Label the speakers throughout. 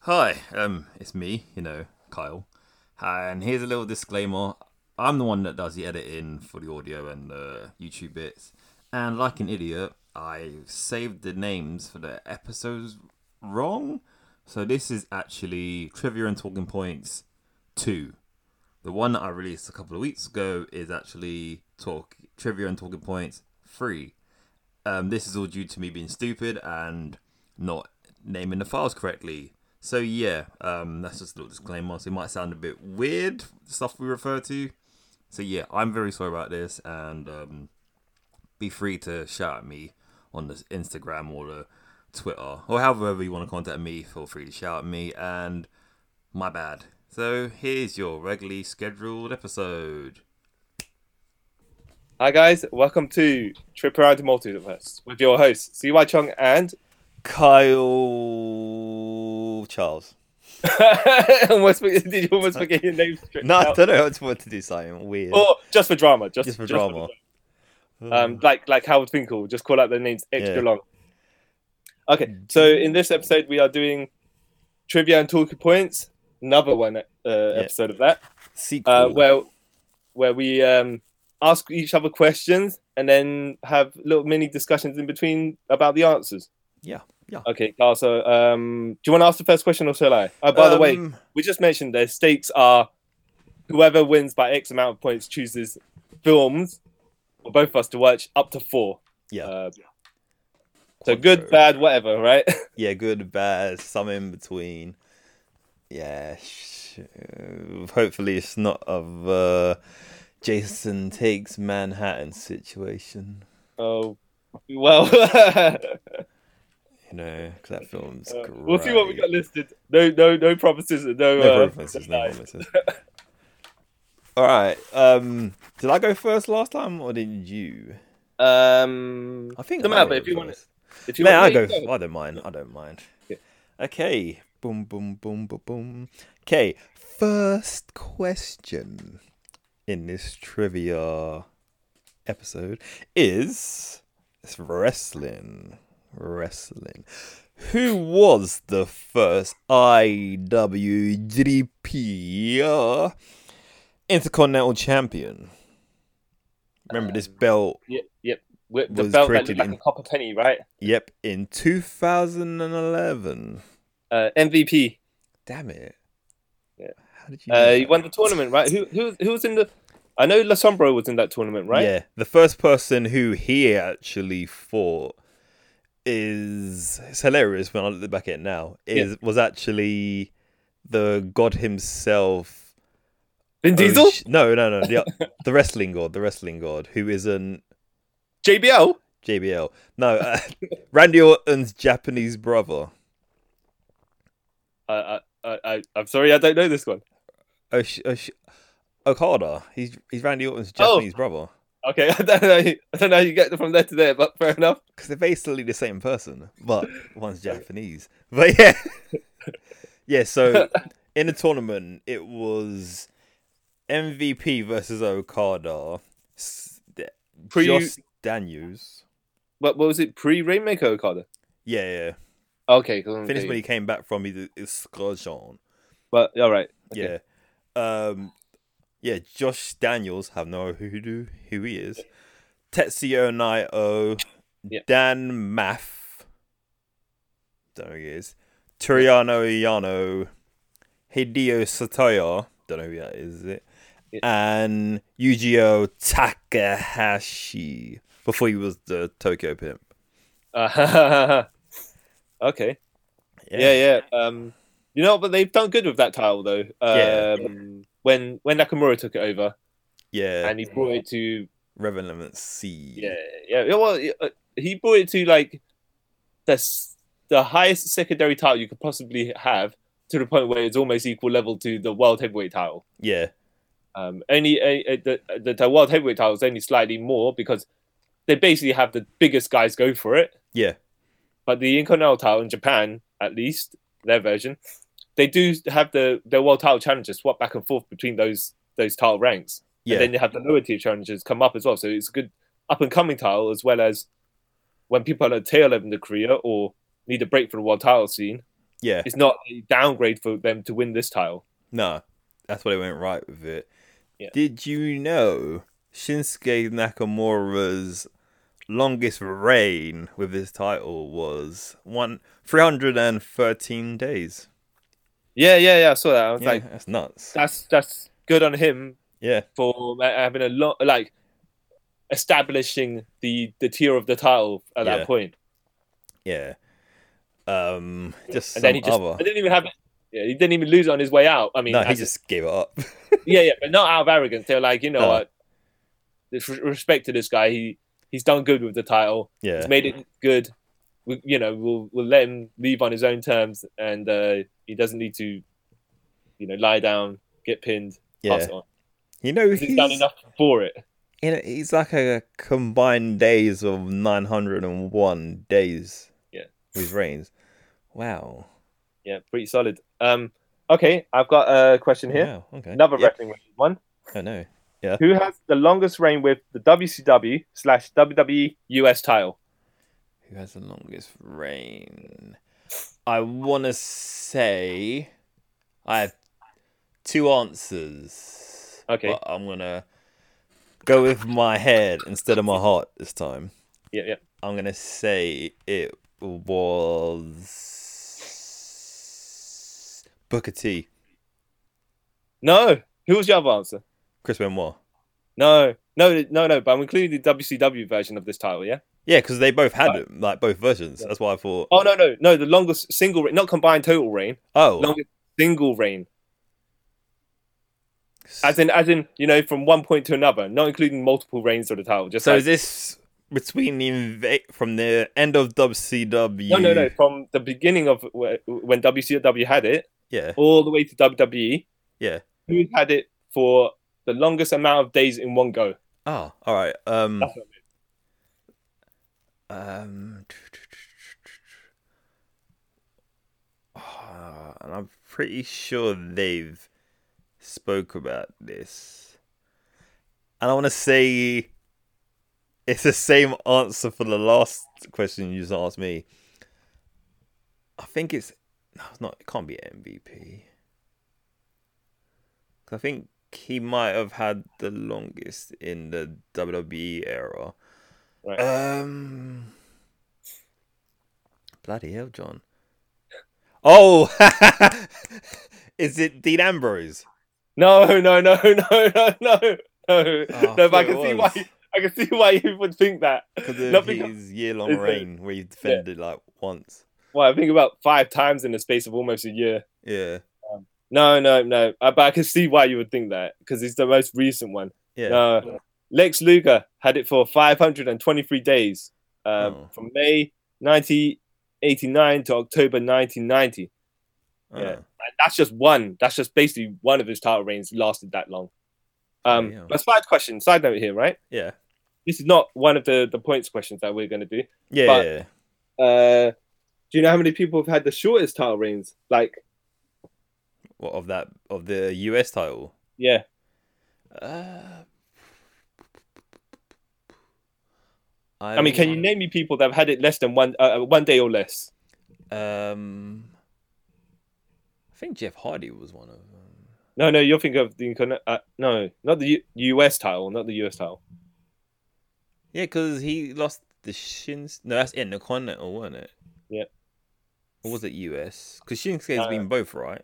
Speaker 1: Hi, um, it's me, you know, Kyle. And here's a little disclaimer. I'm the one that does the editing for the audio and the YouTube bits. And like an idiot, I saved the names for the episodes wrong. So this is actually Trivia and Talking Points 2. The one that I released a couple of weeks ago is actually talk Trivia and Talking Points 3. Um, this is all due to me being stupid and not naming the files correctly. So yeah, um, that's just a little disclaimer. So it might sound a bit weird stuff we refer to. So yeah, I'm very sorry about this, and um, be free to shout at me on the Instagram or the Twitter or however you want to contact me. Feel free to shout at me, and my bad. So here's your regularly scheduled episode.
Speaker 2: Hi guys, welcome to Trip Around the Multiverse with your hosts, CY Chung and
Speaker 3: Kyle Charles.
Speaker 2: almost forget- did you almost forget your name? straight
Speaker 3: No, I
Speaker 2: out?
Speaker 3: don't know. I just wanted to do something weird.
Speaker 2: or just for drama, just,
Speaker 3: just for
Speaker 2: the
Speaker 3: drama.
Speaker 2: drama. Um, like like Howard Finkel, just call out their names extra
Speaker 3: Yeah. Mm.
Speaker 2: long. Okay, so in this episode we are doing trivia and talking points. Another one uh, episode of that,
Speaker 3: Sequel.
Speaker 2: uh, where where we um, ask each other questions and then have little mini discussions in between about the answers.
Speaker 3: yeah. Yeah.
Speaker 2: Okay, Carl. So, um, do you want to ask the first question or shall I? Oh, by the way,
Speaker 3: Um,
Speaker 2: we just mentioned the stakes are whoever wins by X amount of points chooses films for both of us to watch up to four.
Speaker 3: Yeah.
Speaker 2: Uh, so good,
Speaker 3: Quadro.
Speaker 2: bad, whatever, right?
Speaker 3: Yeah, good, bad, some in between. Yeah. Sh- uh, hopefully, it's not of uh, Jason takes Manhattan situation.
Speaker 2: oh, well.
Speaker 3: You know, 'cause that film's
Speaker 2: Uh,
Speaker 3: great.
Speaker 2: we'll see what we got listed. No, no, no promises. and No,
Speaker 3: No
Speaker 2: uh,
Speaker 3: references. No
Speaker 2: lies.
Speaker 3: references. All right. Um, did I go first last time, or did you?
Speaker 2: Um,
Speaker 3: I think
Speaker 2: Doesn't
Speaker 3: I
Speaker 2: matter,
Speaker 3: might
Speaker 2: but if you want
Speaker 3: first.
Speaker 2: if you
Speaker 3: Man,
Speaker 2: want,
Speaker 3: I go.
Speaker 2: yeah, you
Speaker 3: I don't mind. I don't mind.
Speaker 2: Yeah.
Speaker 3: Okay. Boom, boom, boom, boom, boom. Okay. First question in this trivia episode is it's wrestling. Wrestling. Who was the first IWGP uh, Intercontinental Champion? Remember
Speaker 2: Um,
Speaker 3: this belt
Speaker 2: Yep, yep. With The
Speaker 3: Was
Speaker 2: belt that
Speaker 3: created
Speaker 2: looked like
Speaker 3: in-
Speaker 2: a copper penny, right?
Speaker 3: Yep, in 2011.
Speaker 2: Uh, MVP.
Speaker 3: Damn it.
Speaker 2: Yeah.
Speaker 3: How did you?
Speaker 2: Uh,
Speaker 3: know
Speaker 2: he
Speaker 3: that?
Speaker 2: won the tournament, right? Who who who was in the? I know La Sombra was in that tournament, right?
Speaker 3: Yeah, the first person who he actually fought is it's hilarious when I look back at it now. Is was actually the god himself. Oh,
Speaker 2: Vin Diesel,
Speaker 3: Osh- no, no, no. The, the wrestling god, the wrestling god, who isn't
Speaker 2: JBL.
Speaker 3: JBL. No, uh, Randy Orton's Japanese brother.
Speaker 2: I I I I- I'm sorry, I don't know this one.
Speaker 3: Osh, Osh, Okada. He's he's Randy Orton's
Speaker 2: Oh.
Speaker 3: Japanese brother.
Speaker 2: Okay, I don't know. I don't know. how You get from there to there, but fair enough.
Speaker 3: because they're basically the same person, but one's Japanese. But yeah, yeah. So in the tournament, it was MVP versus Okada, S- the-
Speaker 2: Pre-
Speaker 3: Josh Daniels.
Speaker 2: What what was it? Pre Rainmaker Okada.
Speaker 3: Yeah, yeah.
Speaker 2: Okay, cool.
Speaker 3: Finished
Speaker 2: okay.
Speaker 3: when he came back from his excursion.
Speaker 2: But all right. Okay.
Speaker 3: Yeah. Um yeah, Josh Daniels, have no idea who do who he is. Tetsuo Naito,
Speaker 2: Yeah.
Speaker 3: Dan Maff. Don't know who he is. Toriano Iano, Hideo Satoya, don't know who that is, is it?
Speaker 2: Yeah.
Speaker 3: And Yujiro Takahashi before he was the Tokyo pimp.
Speaker 2: Uh, okay. Yeah. yeah, Um, you know, but they've done good with that title though.
Speaker 3: Yeah.
Speaker 2: Um, when when Nakamura took it over
Speaker 3: Yeah.
Speaker 2: and he brought it to
Speaker 3: Revenant C.
Speaker 2: Yeah, yeah. yeah, Well, uh, he brought it to like the s- the highest secondary title you could possibly have to the point where it's almost equal level to the world heavyweight title.
Speaker 3: Yeah.
Speaker 2: Um, only uh, uh, the, the the world heavyweight title is only slightly more because they basically have the biggest guys go for it.
Speaker 3: Yeah.
Speaker 2: But the Intercontinental title in Japan, at least their version, they do have the their world title challenges swap back and forth between those those title ranks.
Speaker 3: Yeah.
Speaker 2: And then you have the lower tier challenges come up as well. So it's a good up and coming title as well as when people are at the tail end of the career or need a break from the world title scene.
Speaker 3: Yeah.
Speaker 2: It's not a downgrade for them to win this title.
Speaker 3: No, that's what they went right with it.
Speaker 2: Yeah.
Speaker 3: Did you know Shinsuke Nakamura's longest reign with his title was one three hundred and thirteen days?
Speaker 2: Yeah, yeah, yeah. I saw that. I was
Speaker 3: yeah,
Speaker 2: like,
Speaker 3: that's nuts.
Speaker 2: that's that's good on him
Speaker 3: yeah,
Speaker 2: for ma- having a lot like establishing the the tier of the title at
Speaker 3: Yeah.
Speaker 2: that point.
Speaker 3: yeah. Um, just
Speaker 2: And
Speaker 3: some
Speaker 2: then he just I
Speaker 3: other.
Speaker 2: didn't even have yeah, he didn't even lose it on his way out. I mean,
Speaker 3: No, he
Speaker 2: as-
Speaker 3: just gave it up.
Speaker 2: yeah, yeah, but not out of arrogance. They're like, you know
Speaker 3: No.
Speaker 2: what? This re- respect to this guy. He he's done good with the title.
Speaker 3: yeah,
Speaker 2: He's made it good. We, you know, we'll we'll let him leave on his own terms, and uh, he doesn't need to, you know, lie down, get pinned,
Speaker 3: yeah.
Speaker 2: pass it on.
Speaker 3: You know
Speaker 2: 'Cause He's, done enough for it.
Speaker 3: You know, he's like a combined days of 901 days.
Speaker 2: Yeah.
Speaker 3: With his reigns. Wow.
Speaker 2: Yeah, pretty solid. Um, okay, I've got a question here.
Speaker 3: Wow. Okay.
Speaker 2: Another
Speaker 3: yeah.
Speaker 2: wrestling one.
Speaker 3: I know.
Speaker 2: Who has the longest reign with the WCW slash WWE US title?
Speaker 3: Who has the longest reign? I want to say I have two answers.
Speaker 2: Okay.
Speaker 3: But I'm going to go with my head instead of my heart this time.
Speaker 2: Yeah, yeah.
Speaker 3: I'm going to say it was Booker T.
Speaker 2: No, who was your other answer?
Speaker 3: Chris Benoit.
Speaker 2: No, no, no, no. But I'm including the WCW version of this title. Yeah.
Speaker 3: Yeah, because they both had
Speaker 2: Right.
Speaker 3: it, like both versions. That's why I thought.
Speaker 2: Oh no, no, no. The longest single, reign, not combined total reign,
Speaker 3: Oh,
Speaker 2: longest single reign. As in, as in, you know, from one point to another, not including multiple reigns of the title. Just
Speaker 3: so
Speaker 2: like-
Speaker 3: is this between the inv- from the end of WCW?
Speaker 2: no, no, no. From the beginning of wh- when WCW had it,
Speaker 3: Yeah,
Speaker 2: all the way to WWE.
Speaker 3: Yeah.
Speaker 2: Who had it for the longest amount of days in one go?
Speaker 3: Oh, all right. Um,
Speaker 2: That's what I mean.
Speaker 3: um, Ah, and I'm pretty sure they've spoke about this, and I want to say it's the same answer for the last question you just asked me. I think it's no, it's not. It can't be MVP. 'Cause I think he might have had the longest in the WWE era.
Speaker 2: Right.
Speaker 3: Um, bloody hell, John. Oh, is it Dean Ambrose?
Speaker 2: No, no, no, no, no, no, no.
Speaker 3: Oh,
Speaker 2: no, but I
Speaker 3: thought it
Speaker 2: can see
Speaker 3: was.
Speaker 2: why. I can see why you would think that.
Speaker 3: Because of
Speaker 2: Not because-
Speaker 3: his year-long
Speaker 2: it's a-
Speaker 3: reign where he defended like once.
Speaker 2: Well, I think about five times in the space of almost a year.
Speaker 3: Yeah,
Speaker 2: No, no, no. I, but I can see why you would think that because it's the most recent one.
Speaker 3: yeah.
Speaker 2: No, Lex Luger had it for 523 days um,
Speaker 3: Oh.
Speaker 2: from May 1989 to October 1990.
Speaker 3: Oh,
Speaker 2: yeah. And that's just one. That's just basically one of his title reigns lasted that long. Um,
Speaker 3: Damn.
Speaker 2: but side question, side note here, right?
Speaker 3: yeah,
Speaker 2: This is not one of the, the points questions that we're going to do.
Speaker 3: yeah,
Speaker 2: But-
Speaker 3: yeah.
Speaker 2: Uh, do you know how many people have had the shortest title reigns? Like,
Speaker 3: What of that of the US title?
Speaker 2: yeah,
Speaker 3: Uh,
Speaker 2: I mean, can you name me people that have had it less than one uh, one day or less?
Speaker 3: Um, I think Jeff Hardy was one of them.
Speaker 2: No, no, you're thinking of the incarna- uh, no, not the U- US title, not the US title.
Speaker 3: Yeah, because he lost the Shins. No, that's Intercontinental, wasn't it?
Speaker 2: Yeah.
Speaker 3: Or was it US? Because Shinsuke's
Speaker 2: Uh,
Speaker 3: been both, right?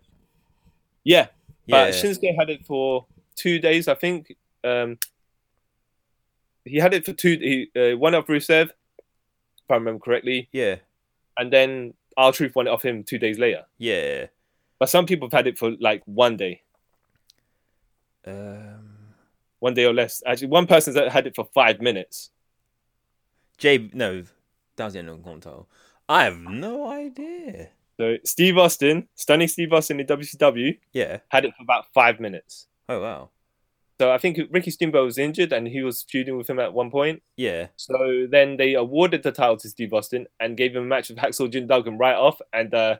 Speaker 2: Yeah,
Speaker 3: Yeah.
Speaker 2: but Shinsuke had it for two days, I think. Um, he had it for two. He uh, won off Rusev, if I remember correctly,
Speaker 3: yeah.
Speaker 2: and then our truth won it off him two days later.
Speaker 3: Yeah.
Speaker 2: But some people have had it for like one day,
Speaker 3: Um,
Speaker 2: one day or less. Actually, one person's had it for five minutes.
Speaker 3: Jay. No, that was Intercontinental. I have no idea.
Speaker 2: So Steve Austin, stunning Steve Austin in WCW,
Speaker 3: Yeah.
Speaker 2: had it for about five minutes.
Speaker 3: Oh, wow.
Speaker 2: So I think Ricky Steamboat was injured and he was feuding with him at one point.
Speaker 3: Yeah.
Speaker 2: So then they awarded the title to Steve Austin and gave him a match with Hacksaw Jim Duggan right off, and uh,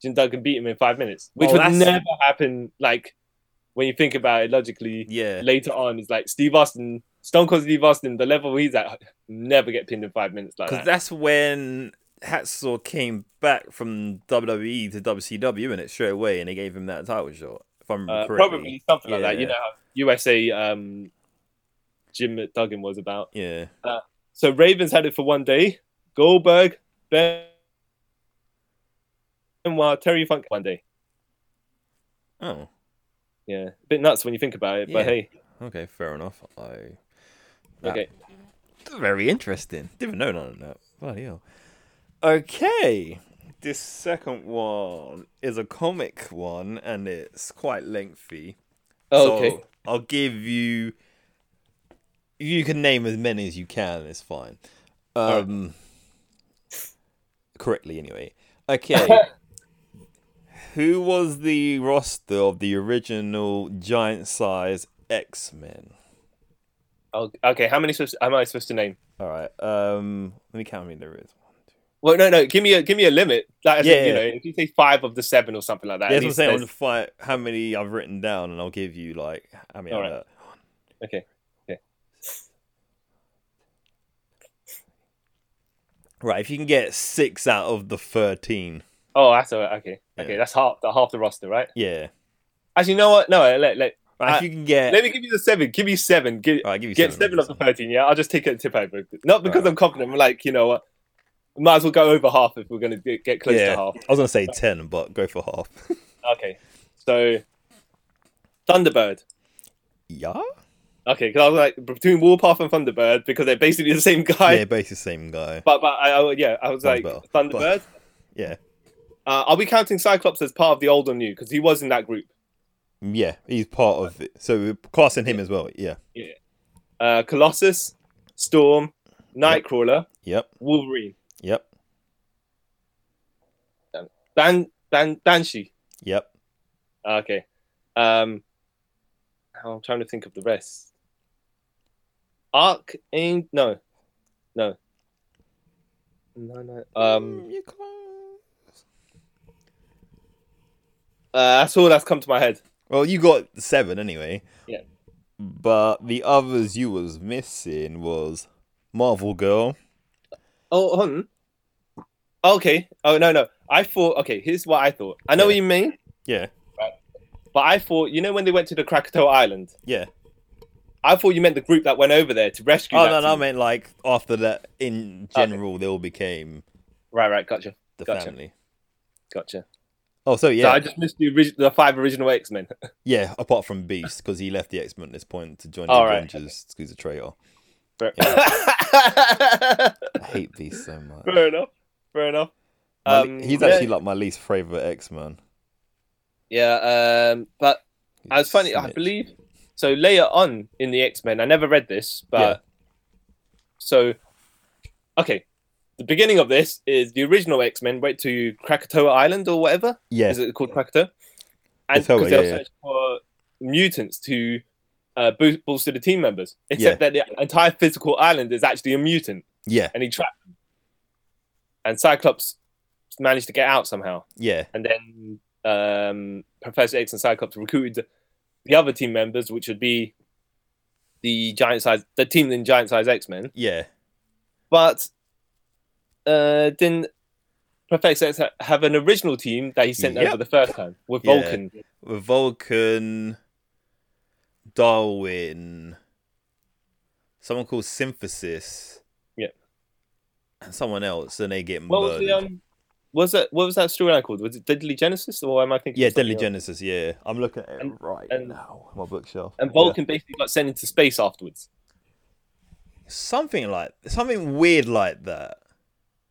Speaker 2: Jim Duggan beat him in five minutes, which
Speaker 3: Oh,
Speaker 2: would
Speaker 3: that's-
Speaker 2: never happen. Like when you think about it logically,
Speaker 3: Yeah.
Speaker 2: later on, it's like Steve Austin, Stone Cold Steve Austin, the level he's at, never get pinned in five minutes like
Speaker 3: Because
Speaker 2: that.
Speaker 3: that's when Hatsaw came back from WWE to WCW in it straight away, and they gave him that title shot. If I'm
Speaker 2: Uh,
Speaker 3: correctly.
Speaker 2: probably something like that. You
Speaker 3: Yeah.
Speaker 2: know, how USA um, Jim Duggan was about.
Speaker 3: yeah,
Speaker 2: So Ravens had it for one day. Goldberg, Ben, Benoit, Terry Funk one day.
Speaker 3: oh,
Speaker 2: Yeah, a bit nuts when you think about it, but
Speaker 3: Yeah.
Speaker 2: hey,
Speaker 3: okay, fair enough. I That-
Speaker 2: okay.
Speaker 3: Very interesting. Didn't know none of that. Bloody hell. Okay. This second one is a comic one and it's quite lengthy.
Speaker 2: Oh, okay.
Speaker 3: So I'll give you. You can name as many as you can, it's fine. Um, Correctly, anyway. Okay. Who was the roster of the original giant size X Men?
Speaker 2: Oh, okay, how many supposed am I supposed to name?
Speaker 3: All right. Um, let me count how many there is.
Speaker 2: Well, no, no. Give me a give me a limit. Like, as in,
Speaker 3: Yeah,
Speaker 2: you
Speaker 3: yeah.
Speaker 2: know, if you say five of the seven or something like that.
Speaker 3: Yeah,
Speaker 2: at
Speaker 3: that's what I'm
Speaker 2: least
Speaker 3: saying. I
Speaker 2: there's-
Speaker 3: want to find how many I've written down, and I'll give you like how many.
Speaker 2: Alright.
Speaker 3: I've, uh,
Speaker 2: Okay. Okay.
Speaker 3: Right, if you can get six out of the thirteen,
Speaker 2: Oh, that's all right. Okay,
Speaker 3: Yeah.
Speaker 2: okay, that's half the half the roster, right?
Speaker 3: yeah.
Speaker 2: Actually, you know what? No, let let,
Speaker 3: Right,
Speaker 2: Uh,
Speaker 3: if you can get,
Speaker 2: let me give you the seven. Give me seven. Give,
Speaker 3: Alright, I'll give you
Speaker 2: get
Speaker 3: seven,
Speaker 2: seven
Speaker 3: I'll
Speaker 2: of
Speaker 3: give
Speaker 2: the
Speaker 3: you
Speaker 2: thirteen. Yeah, I'll just take a tip over. Not because
Speaker 3: Alright.
Speaker 2: I'm confident. I'm like, you know what? Might as well go over half if we're gonna get, get close
Speaker 3: yeah,
Speaker 2: to half.
Speaker 3: I was gonna say ten, but go for half.
Speaker 2: Okay, so Thunderbird.
Speaker 3: yeah,
Speaker 2: Okay, because I was like between Warpath and Thunderbird because they're basically the same guy.
Speaker 3: yeah, basically same guy.
Speaker 2: But but I, I yeah, I was like
Speaker 3: Thunderbird.
Speaker 2: Thunderbird.
Speaker 3: Yeah,
Speaker 2: Uh, are we counting Cyclops as part of the old or new? Because he was in that group.
Speaker 3: yeah, he's part of it. So we're classing him as well. Yeah,
Speaker 2: Uh, Colossus, Storm, Nightcrawler,
Speaker 3: yep,
Speaker 2: Wolverine,
Speaker 3: yep,
Speaker 2: Ban Ban Banshee.
Speaker 3: yep.
Speaker 2: Ah, okay. Um, now I'm trying to think of the rest. Arc in no, no, no, no. Um,
Speaker 3: Mm, you're close.
Speaker 2: uh, that's all that's come to my head.
Speaker 3: Well, you got seven anyway.
Speaker 2: Yeah.
Speaker 3: But the others you was missing was Marvel Girl.
Speaker 2: Oh, hold on. Okay. Oh no, no. I thought. Okay, here's what I thought. I know what
Speaker 3: Yeah.
Speaker 2: you mean.
Speaker 3: Yeah.
Speaker 2: But I thought, you know, when they went to the Krakatoa Island,
Speaker 3: Yeah.
Speaker 2: I thought you meant the group that went over there to rescue.
Speaker 3: Oh
Speaker 2: that
Speaker 3: no, no, I
Speaker 2: team.
Speaker 3: meant like after that in
Speaker 2: Okay.
Speaker 3: general they all became
Speaker 2: Right, right, gotcha,
Speaker 3: the
Speaker 2: Gotcha.
Speaker 3: family.
Speaker 2: gotcha.
Speaker 3: Oh, so yeah,
Speaker 2: So I just missed the, orig- the five original X Men.
Speaker 3: yeah. Apart from Beast, because he left the X Men at this point to join the
Speaker 2: All right,
Speaker 3: Avengers. 'cause He's a traitor.
Speaker 2: fair
Speaker 3: I hate Beast so much.
Speaker 2: Fair enough. Fair enough.
Speaker 3: My le-
Speaker 2: Um,
Speaker 3: he's
Speaker 2: yeah.
Speaker 3: actually like my least favorite X Man.
Speaker 2: Yeah, um, but I was funny. I believe so. Later on in the X Men, I never read this, but
Speaker 3: Yeah.
Speaker 2: so okay. The beginning of this is the original X Men went to Krakatoa Island or whatever.
Speaker 3: Yeah.
Speaker 2: Is it called Krakatoa? And
Speaker 3: Krakatoa,
Speaker 2: because they were
Speaker 3: yeah, yeah.
Speaker 2: searching for mutants to uh, boost, bolster the team members, except that the entire physical island is actually a mutant,
Speaker 3: yeah.
Speaker 2: and he trapped them. And Cyclops managed to get out somehow
Speaker 3: Yeah.
Speaker 2: and then um, Professor X and Cyclops recruited the other team members, which would be the giant size, the team in giant size X Men.
Speaker 3: Yeah.
Speaker 2: But uh, didn't Professor X ha- have an original team that he sent
Speaker 3: Yep.
Speaker 2: over the first time with
Speaker 3: Yeah.
Speaker 2: Vulcan?
Speaker 3: with Vulcan, Darwin, someone called Synthesis.
Speaker 2: Yeah.
Speaker 3: And someone else, and they get
Speaker 2: What was
Speaker 3: murdered.
Speaker 2: the um? Was that what was that storyline called? Was it Deadly Genesis or am I thinking?
Speaker 3: yeah,
Speaker 2: of something
Speaker 3: Deadly
Speaker 2: else?
Speaker 3: Genesis. Yeah, I'm looking at it
Speaker 2: And-
Speaker 3: right
Speaker 2: and-
Speaker 3: now. My bookshelf.
Speaker 2: And
Speaker 3: Yeah.
Speaker 2: Vulcan basically got sent into space afterwards.
Speaker 3: Something like something weird like that.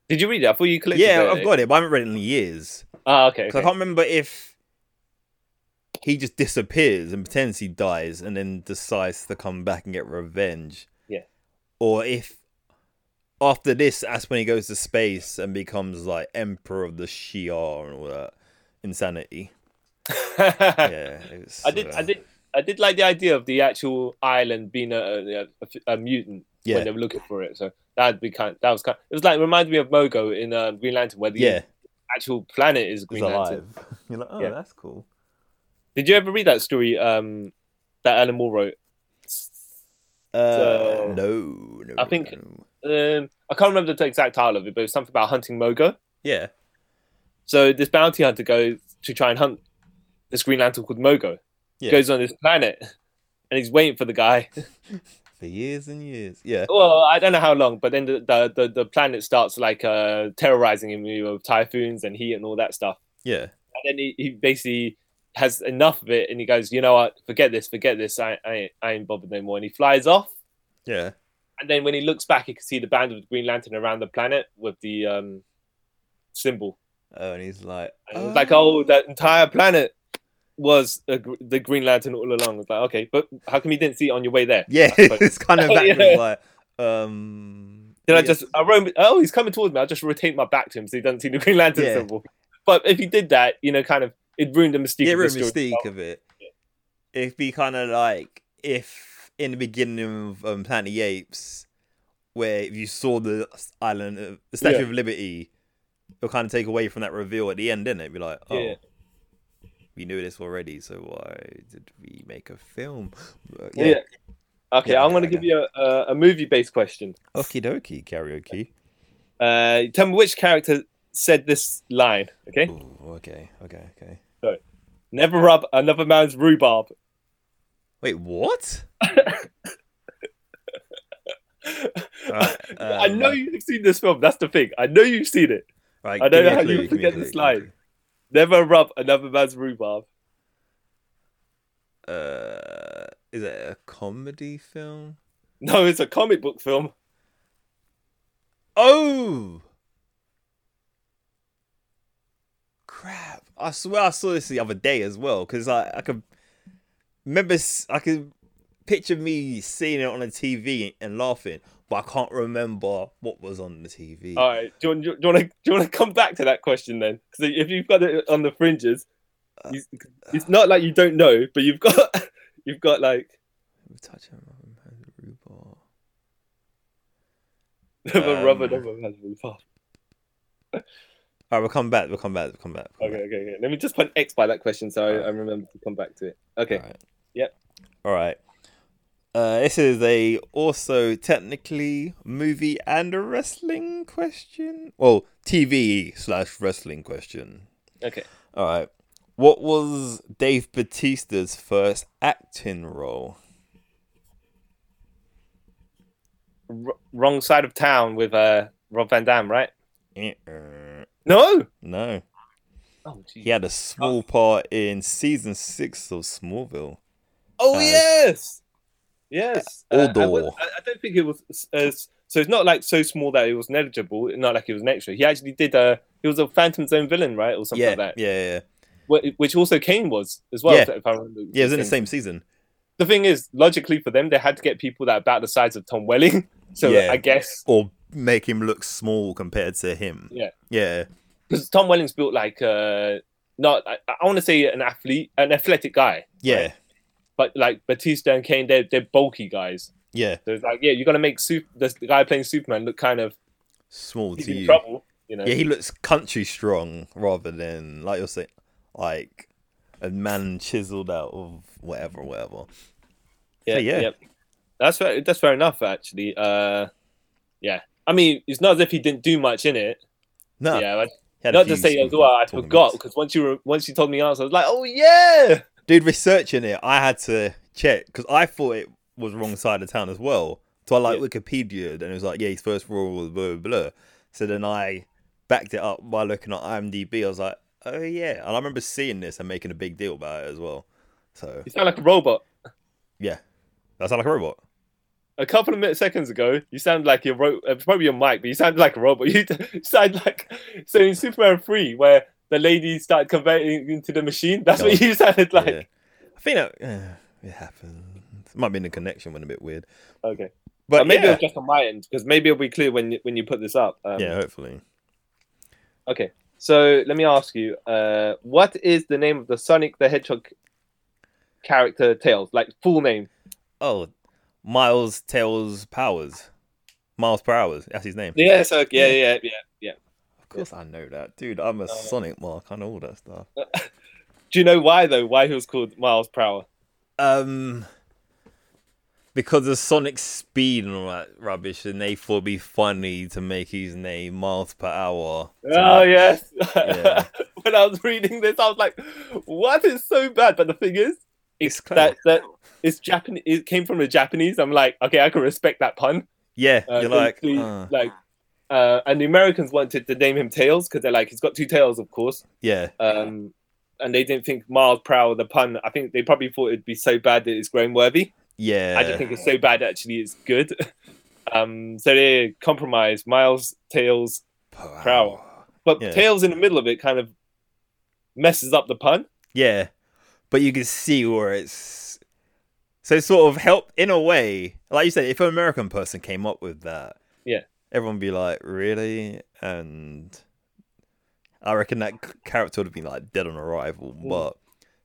Speaker 2: Did you read it? I thought you collected
Speaker 3: yeah,
Speaker 2: it.
Speaker 3: I've got it, but I haven't read it in years.
Speaker 2: Ah, okay.
Speaker 3: 'Cause I
Speaker 2: okay.
Speaker 3: can't remember if he just disappears and pretends he dies and then decides to come back and get revenge.
Speaker 2: Yeah.
Speaker 3: Or if after this, that's when he goes to space and becomes like Emperor of the Shi'ar and all that insanity. Yeah. it's,
Speaker 2: I did, I
Speaker 3: uh,
Speaker 2: did, I did like the idea of the actual island being a, a, a, a mutant
Speaker 3: Yeah.
Speaker 2: when they were looking for it. So that'd be kind. That was kind. It was like reminded me of Mogo in uh, Green Lantern, where the
Speaker 3: Yeah.
Speaker 2: actual planet is
Speaker 3: He's
Speaker 2: Green Lantern.
Speaker 3: alive. You're like, oh,
Speaker 2: Yeah.
Speaker 3: that's cool.
Speaker 2: Did you ever read that story um, that Alan Moore wrote?
Speaker 3: Uh,
Speaker 2: So-
Speaker 3: no, no.
Speaker 2: I think-
Speaker 3: no.
Speaker 2: um, I can't remember the exact title of it, but it was something about hunting Mogo.
Speaker 3: Yeah.
Speaker 2: So this bounty hunter goes to try and hunt this Green Lantern called Mogo.
Speaker 3: Yeah.
Speaker 2: Goes on this planet, and he's waiting for the guy.
Speaker 3: For years and years. Yeah.
Speaker 2: well, I don't know how long, but then the the, the, the planet starts like uh, terrorizing him with typhoons and heat and all that stuff.
Speaker 3: Yeah.
Speaker 2: And then he, he basically has enough of it, and he goes, "You know what? Forget this. Forget this. I I, ain't- I ain't bothered no more." And he flies off.
Speaker 3: Yeah.
Speaker 2: And then when he looks back, he can see the band of the Green Lantern around the planet with the um, symbol.
Speaker 3: Oh, and he's like,
Speaker 2: And it was like, oh, that entire planet was a, gr- the Green Lantern all along. It's like, okay, but how come you didn't see it on your way there?
Speaker 3: Yeah,
Speaker 2: That's like-
Speaker 3: it's kind of
Speaker 2: Oh,
Speaker 3: that.
Speaker 2: yeah.
Speaker 3: Like, um,
Speaker 2: Did I
Speaker 3: yeah.
Speaker 2: just, I roam, oh, he's coming towards me. I'll just rotate my back to him so he doesn't see the Green Lantern
Speaker 3: Yeah.
Speaker 2: symbol. But if he did that, you know, kind of, it ruined the mystique.
Speaker 3: yeah,
Speaker 2: of the
Speaker 3: real
Speaker 2: story.
Speaker 3: mystique of it. It'd be kind of like if in the beginning of um, Planet of the Apes, where if you saw the s- island, of, the Statue
Speaker 2: Yeah.
Speaker 3: of Liberty, it'll kind of take away from that reveal at the end, didn't it? Be like, oh,
Speaker 2: Yeah.
Speaker 3: we knew this already, so why did we make a film? Uh, But,
Speaker 2: Yeah. Okay,
Speaker 3: Yeah,
Speaker 2: I'm
Speaker 3: okay,
Speaker 2: going to
Speaker 3: okay.
Speaker 2: give you a, a, a movie based question.
Speaker 3: Okie dokie, karaoke.
Speaker 2: Uh, tell me which character said this line, okay?
Speaker 3: Ooh, okay, okay, okay.
Speaker 2: Never rub another man's rhubarb.
Speaker 3: Wait, what? Uh,
Speaker 2: I
Speaker 3: um,
Speaker 2: know you've seen this film. That's the thing. I know you've seen it.
Speaker 3: Right,
Speaker 2: I
Speaker 3: give
Speaker 2: don't
Speaker 3: me
Speaker 2: know
Speaker 3: a
Speaker 2: how
Speaker 3: clue, give
Speaker 2: you
Speaker 3: me a
Speaker 2: forget
Speaker 3: clue,
Speaker 2: this
Speaker 3: give me a
Speaker 2: line.
Speaker 3: clue.
Speaker 2: Never rub another man's rhubarb.
Speaker 3: Uh, is it a comedy film?
Speaker 2: No, it's a comic book film.
Speaker 3: Oh, crap! I swear I saw this the other day as well because I I could remember s- I could picture me seeing it on the TV and laughing, but I can't remember what was on the TV.
Speaker 2: All right, do you, want- do you want to do you want to come back to that question then? Because if you've got it on the fringes, you, it's not like you don't know, but you've got you've got like
Speaker 3: Touching my hand, rhubarb.
Speaker 2: never
Speaker 3: Um,
Speaker 2: rub another man's rhubarb.
Speaker 3: All right, we'll come back. We'll come back. We'll come back. we'll come
Speaker 2: Okay, okay, okay. Let me just put an X by that question so I,
Speaker 3: Alright.
Speaker 2: I remember to come back to it. Okay,
Speaker 3: All right.
Speaker 2: Yep.
Speaker 3: All right. Uh, this is a also technically movie and a wrestling question. Well, TV slash wrestling question.
Speaker 2: okay.
Speaker 3: All right. What was Dave Batista's first acting role?
Speaker 2: R- wrong side of town with uh Rob Van Dam, right?
Speaker 3: Uh-uh.
Speaker 2: No.
Speaker 3: No,
Speaker 2: Oh,
Speaker 3: he had a small part in season six of Smallville.
Speaker 2: Oh
Speaker 3: Uh,
Speaker 2: yes, yes.
Speaker 3: Uh,
Speaker 2: I, was-
Speaker 3: Aldor.
Speaker 2: I, I don't think it was as so. It's not like so small that it was negligible. Not like it was an extra. He actually did. Uh, he was a Phantom Zone villain, right, or something
Speaker 3: yeah,
Speaker 2: like that.
Speaker 3: yeah, yeah, yeah.
Speaker 2: Wh- Which also Kane was as well.
Speaker 3: Yeah.
Speaker 2: if I remember
Speaker 3: Yeah, it was in the
Speaker 2: thing.
Speaker 3: same season.
Speaker 2: The thing is, logically for them, they had to get people that are about the size of Tom Welling. So
Speaker 3: Yeah.
Speaker 2: I guess
Speaker 3: Or make him look small compared to him.
Speaker 2: Yeah.
Speaker 3: Yeah.
Speaker 2: because Tom Welling's built like uh, not. I, I want to say an athlete, an athletic guy,
Speaker 3: Yeah.
Speaker 2: but like Batista and Kane, they're they're bulky guys.
Speaker 3: Yeah.
Speaker 2: So it's like, yeah, you're gonna make Sup- the the guy playing Superman look kind of
Speaker 3: Small
Speaker 2: he's
Speaker 3: to
Speaker 2: in
Speaker 3: you.
Speaker 2: trouble. You know,
Speaker 3: Yeah, he looks country strong rather than like you're saying, like a man chiseled out of whatever, whatever.
Speaker 2: yeah,
Speaker 3: So, yeah.
Speaker 2: That's fair, that's fair enough, actually. Uh, yeah, I mean, it's not as if he didn't do much in it.
Speaker 3: No,
Speaker 2: yeah, but
Speaker 3: he had a
Speaker 2: not
Speaker 3: few
Speaker 2: to say as
Speaker 3: small
Speaker 2: well, I forgot
Speaker 3: tournaments.
Speaker 2: because once you were, once you told me the answer, I was like, oh yeah,
Speaker 3: Dude, researching it, I had to check because I thought it was wrong side of town as well. So I like
Speaker 2: Yeah.
Speaker 3: Wikipedia, and it was like, yeah, his first role was blah blah. blah. So then I backed it up by looking at IMDb. I was like, oh yeah, and I remember seeing this and making a big deal about it as well. So
Speaker 2: you sound like a robot.
Speaker 3: yeah, that sounds like a robot.
Speaker 2: A couple of minutes, seconds ago, you sound like your ro- uh, probably your mic, but you sound like a robot. You sound like so in Superman three where the lady started converting into the machine. That's what
Speaker 3: No.
Speaker 2: you sounded like.
Speaker 3: yeah. I think that, eh, it happens. It might be in the connection when a bit weird,
Speaker 2: Okay,
Speaker 3: but
Speaker 2: Uh, maybe
Speaker 3: yeah,
Speaker 2: it's just on my end because maybe it'll be clear when you- when you put this up. Um,
Speaker 3: yeah, hopefully.
Speaker 2: Okay, so let me ask you, uh, what is the name of the Sonic the Hedgehog character Tails? Like full name?
Speaker 3: Oh, Miles Tails Powers, Miles Powers. That's his name.
Speaker 2: Yes. Okay. Yeah. Yeah. Yeah.
Speaker 3: Of course, I know that, dude. I'm
Speaker 2: Uh,
Speaker 3: a Sonic mark. I know all that stuff.
Speaker 2: Do you know why though? Why he was called Miles Prower?
Speaker 3: Um, because of Sonic's speed and all that rubbish, and they thought it'd be funny to make his name miles per hour.
Speaker 2: Oh yes.
Speaker 3: Yeah.
Speaker 2: when I was reading this, I was like, "What is so bad?" But the thing is,
Speaker 3: It's
Speaker 2: it's
Speaker 3: clever.
Speaker 2: that that it's Japanese. It came from the Japanese. I'm like, okay, I can respect that pun.
Speaker 3: Yeah,
Speaker 2: Uh,
Speaker 3: you're like,
Speaker 2: the-
Speaker 3: uh,
Speaker 2: like, uh, and the Americans wanted to name him Tails because they're like, he's got two tails, of course.
Speaker 3: yeah,
Speaker 2: Um, and they didn't think miles per hour the pun. I think they probably thought it'd be so bad that it's grown worthy.
Speaker 3: yeah.
Speaker 2: I don't think it's so bad actually. It's good. Um, so they compromise miles, tails,
Speaker 3: Per
Speaker 2: Prowl.
Speaker 3: hour.
Speaker 2: but
Speaker 3: Yeah.
Speaker 2: tails in the middle of it kind of messes up the pun.
Speaker 3: Yeah, but you can see where it's so it's sort of help in a way. Like you said, if an American person came up with that,
Speaker 2: Yeah.
Speaker 3: everyone would be like, really? And I reckon that c- character would have been like dead on arrival,
Speaker 2: Mm.
Speaker 3: but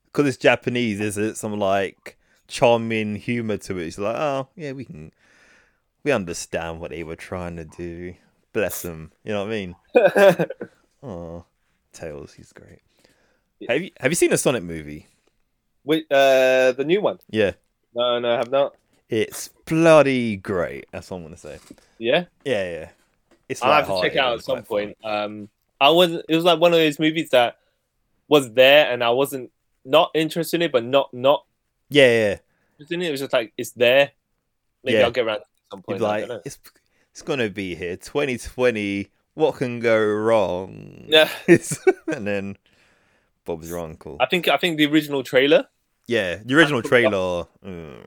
Speaker 3: because it's Japanese, is it some like charming humor to it? It's like, oh yeah, we can, we understand what they were trying to do. Bless them, you know what I mean? Oh, Tails, he's great.
Speaker 2: Yeah.
Speaker 3: Have you have you seen a Sonic movie?
Speaker 2: Wait, uh, the new one?
Speaker 3: Yeah,
Speaker 2: No, no, I have not.
Speaker 3: it's bloody great. That's all I'm gonna say.
Speaker 2: Yeah,
Speaker 3: Yeah, yeah. It's
Speaker 2: I'll have to
Speaker 3: lighthearted,
Speaker 2: check it out at
Speaker 3: it's quite
Speaker 2: some point. Um, I was. It was like one of those movies that was there, and I wasn't not interested in it, but not not
Speaker 3: fun. Yeah, yeah.
Speaker 2: interested in it. It was just like it's there. Maybe
Speaker 3: Yeah.
Speaker 2: I'll get around to it at some
Speaker 3: You'd
Speaker 2: point.
Speaker 3: be
Speaker 2: I
Speaker 3: like
Speaker 2: don't know.
Speaker 3: it's it's gonna be here. 2020. What can go wrong?
Speaker 2: Yeah,
Speaker 3: It's- and then Bob's your uncle.
Speaker 2: I think I think the original trailer.
Speaker 3: yeah, the original trailer. mm,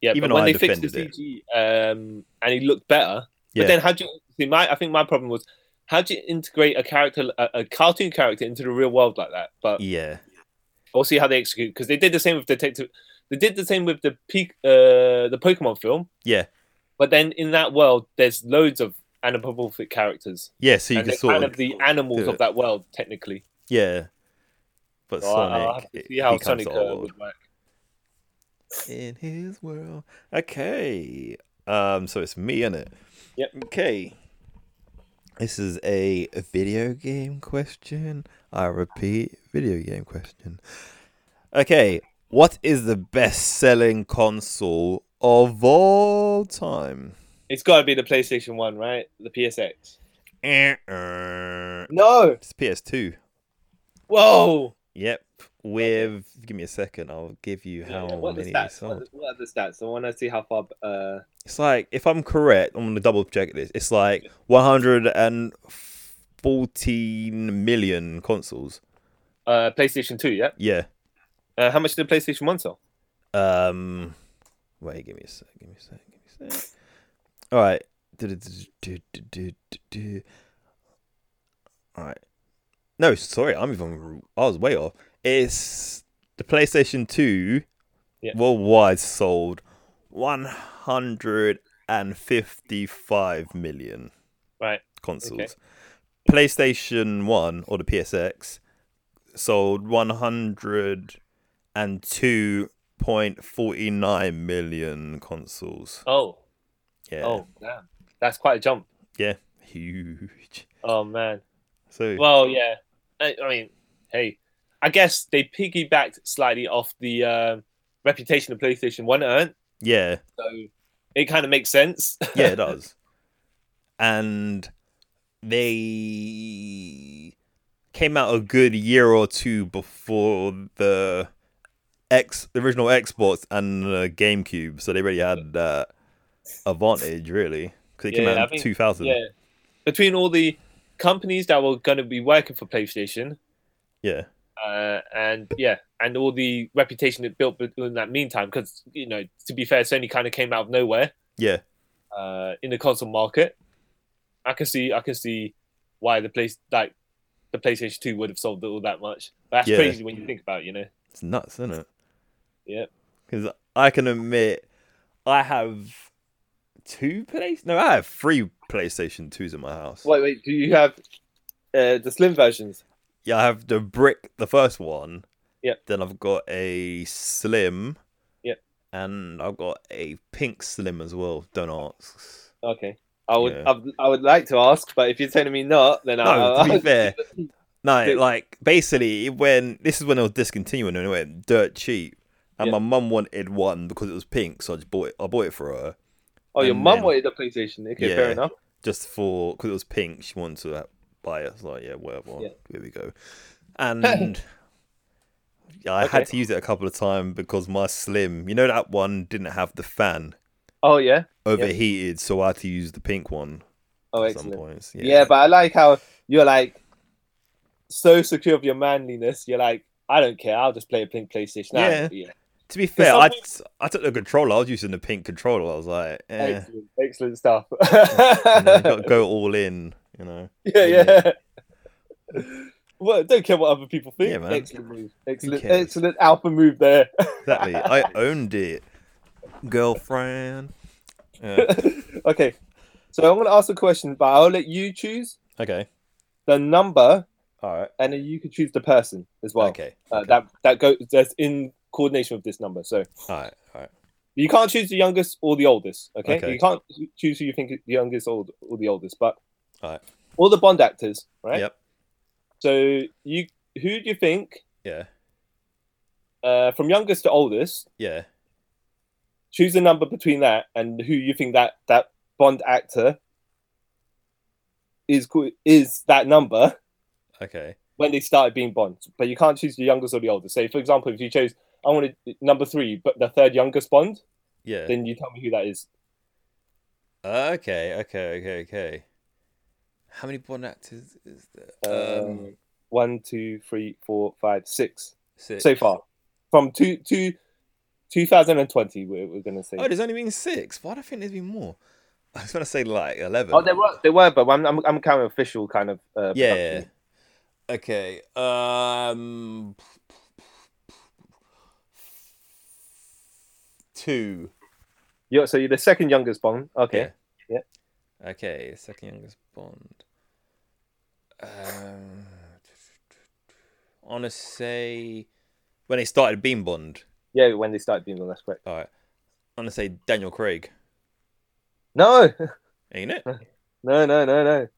Speaker 2: Yeah,
Speaker 3: Even
Speaker 2: but when
Speaker 3: I
Speaker 2: they fixed the
Speaker 3: defended
Speaker 2: CG um, and it looked better,
Speaker 3: Yeah.
Speaker 2: but then how do you see my? I think my problem was how do you integrate a character, a, a cartoon character, into the real world like that? But
Speaker 3: yeah,
Speaker 2: we'll see how they execute because they did the same with Detective. They did the same with the peak, uh, the Pokemon film.
Speaker 3: Yeah.
Speaker 2: but then in that world, there's loads of anthropomorphic characters,
Speaker 3: yeah. So you
Speaker 2: and
Speaker 3: can
Speaker 2: they're
Speaker 3: sort
Speaker 2: kind
Speaker 3: of
Speaker 2: of the animals
Speaker 3: do
Speaker 2: of
Speaker 3: it.
Speaker 2: that world technically.
Speaker 3: yeah. But
Speaker 2: So
Speaker 3: Sonic,
Speaker 2: I'll- I'll have to
Speaker 3: it-
Speaker 2: see how
Speaker 3: he comes
Speaker 2: Sonic
Speaker 3: to
Speaker 2: uh,
Speaker 3: our world.
Speaker 2: would work.
Speaker 3: in his world. Okay. Um, so it's me in it.
Speaker 2: Yep.
Speaker 3: Okay. This is a video game question. I repeat, video game question. Okay. What is the best selling console of all time?
Speaker 2: It's got to be the PlayStation One, right? The PSX.
Speaker 3: Eh-eh.
Speaker 2: No.
Speaker 3: It's PS2.
Speaker 2: Whoa.
Speaker 3: Yep. With give me a second, I'll give you how
Speaker 2: what
Speaker 3: many
Speaker 2: are the stats?
Speaker 3: sold.
Speaker 2: What, what are the stats? I want to see how far. Uh,
Speaker 3: It's like if I'm correct, I'm gonna double check this. It's like 114 million consoles.
Speaker 2: uh, PlayStation Two. Yeah.
Speaker 3: Yeah.
Speaker 2: Uh, how much did the PlayStation One sell?
Speaker 3: Um. Wait. Give me a sec. Give me a sec. Give me a sec. All right. Du-du-du-du-du-du-du-du. All right. No, sorry. I'm even. I was way off. It's the PlayStation Two.
Speaker 2: Yeah.
Speaker 3: Worldwide sold 155 million.
Speaker 2: Right.
Speaker 3: consoles. PlayStation 1 or the PSX sold 102.49 million consoles.
Speaker 2: Oh.
Speaker 3: Yeah.
Speaker 2: Oh. Damn. That's quite a jump.
Speaker 3: Huge.
Speaker 2: Oh man.
Speaker 3: So,
Speaker 2: Well, yeah. I, I mean, hey, I guess they piggybacked slightly off the uh, reputation of PlayStation One earned,
Speaker 3: yeah.
Speaker 2: so it kind of makes sense.
Speaker 3: Yeah, it does. and they came out a good year or two before the X, the original Xbox and the GameCube, so they really had that advantage, really, because it came
Speaker 2: Yeah, I
Speaker 3: out in
Speaker 2: think-
Speaker 3: 2000.
Speaker 2: yeah. Between all the companies that were going to be working for PlayStation,
Speaker 3: Yeah,
Speaker 2: uh, and yeah, and all the reputation it built in that meantime, because you know, to be fair, Sony kind of came out of nowhere.
Speaker 3: yeah,
Speaker 2: uh, in the console market, I can see I can see why the place like the PlayStation Two would have sold all that much. That's
Speaker 3: Yeah.
Speaker 2: crazy when you think about, it, you know.
Speaker 3: it's nuts, isn't it?
Speaker 2: Yep.
Speaker 3: Because I can admit, I have two place. No, I have three PlayStation twos in my house.
Speaker 2: Wait, wait. Do you have uh, the slim versions?
Speaker 3: Yeah, I have the brick, the first one.
Speaker 2: Yep.
Speaker 3: Then I've got a slim.
Speaker 2: Yep.
Speaker 3: And I've got a pink slim as well. Don't ask.
Speaker 2: Okay. I would
Speaker 3: Yeah.
Speaker 2: I would- I would like to ask, but if you're telling me not, then
Speaker 3: No,
Speaker 2: I'll.
Speaker 3: to be fair, no,
Speaker 2: Dude.
Speaker 3: like basically when this is when it was discontinued and it went dirt cheap, and
Speaker 2: Yeah.
Speaker 3: my mum wanted one because it was pink, so I just bought it. I bought it for her
Speaker 2: Oh, your
Speaker 3: And
Speaker 2: mum
Speaker 3: then-
Speaker 2: wanted a PlayStation. Okay,
Speaker 3: Yeah.
Speaker 2: fair enough.
Speaker 3: just for because it was pink. She wanted to uh, buy it. I was like, yeah, whatever.
Speaker 2: Yeah.
Speaker 3: Here we go. And I
Speaker 2: Okay.
Speaker 3: had to use it a couple of times because my slim, you know, that one didn't have the fan
Speaker 2: Oh yeah.
Speaker 3: overheated, so I had to use the pink one
Speaker 2: Oh,
Speaker 3: at
Speaker 2: excellent.
Speaker 3: some points.
Speaker 2: Yeah. but I like how you're like so secure of your manliness. You're like, I don't care. I'll just play a pink PlayStation. I-
Speaker 3: Yeah.
Speaker 2: yeah.
Speaker 3: to be fair, I,
Speaker 2: some
Speaker 3: I took the controller. I was using the pink controller. I was like, eh,
Speaker 2: Excellent, excellent stuff.
Speaker 3: you know, you got to go all in, you know.
Speaker 2: yeah, yeah. well, don't care what other people think.
Speaker 3: Yeah, man.
Speaker 2: Excellent move. Excellent,
Speaker 3: cares?
Speaker 2: excellent alpha move there.
Speaker 3: Exactly. I owned it, girlfriend. Yeah.
Speaker 2: okay, so I'm going to ask a question, but I'll let you choose
Speaker 3: Okay.
Speaker 2: the number,
Speaker 3: All right.
Speaker 2: and then you can choose the person as well.
Speaker 3: okay.
Speaker 2: Uh, That that goes that's in coordination with this number. So
Speaker 3: All right. All right.
Speaker 2: you can't choose the youngest or the oldest. Okay,
Speaker 3: Okay.
Speaker 2: you can't choose who you think is the youngest or or the oldest, but
Speaker 3: All right.
Speaker 2: all the Bond actors, right?
Speaker 3: Yep.
Speaker 2: So you who do you think
Speaker 3: Yeah.
Speaker 2: uh, from youngest to oldest?
Speaker 3: Yeah.
Speaker 2: choose a number between that and who you think that that Bond actor is co- is that number
Speaker 3: Okay.
Speaker 2: when they started being Bond. But you can't choose the youngest or the oldest. So, for example, if you chose I wanted number three, but the third youngest Bond,
Speaker 3: Yeah.
Speaker 2: then you tell me who that is.
Speaker 3: Okay. Okay. Okay. Okay. How many Bond actors is there?
Speaker 2: Um, One, two, three, four, five, six
Speaker 3: six.
Speaker 2: so far from two two. 2020, we're, we're gonna say.
Speaker 3: Oh, there's only been six. Why do I think there's been more? I was gonna say like eleven.
Speaker 2: Oh, there were, there were, but I'm, I'm, I'm kind of official, kind of. Uh,
Speaker 3: Yeah.
Speaker 2: production.
Speaker 3: Okay. Um. Two.
Speaker 2: You're, so you're the second youngest Bond. Okay.
Speaker 3: Yeah.
Speaker 2: Yeah.
Speaker 3: Okay, second youngest Bond. Um, want to say when they started being Bond.
Speaker 2: Yeah, when they started being on, that's correct.
Speaker 3: All right, want to say Daniel Craig,
Speaker 2: No,
Speaker 3: ain't it?
Speaker 2: no, no, no, no.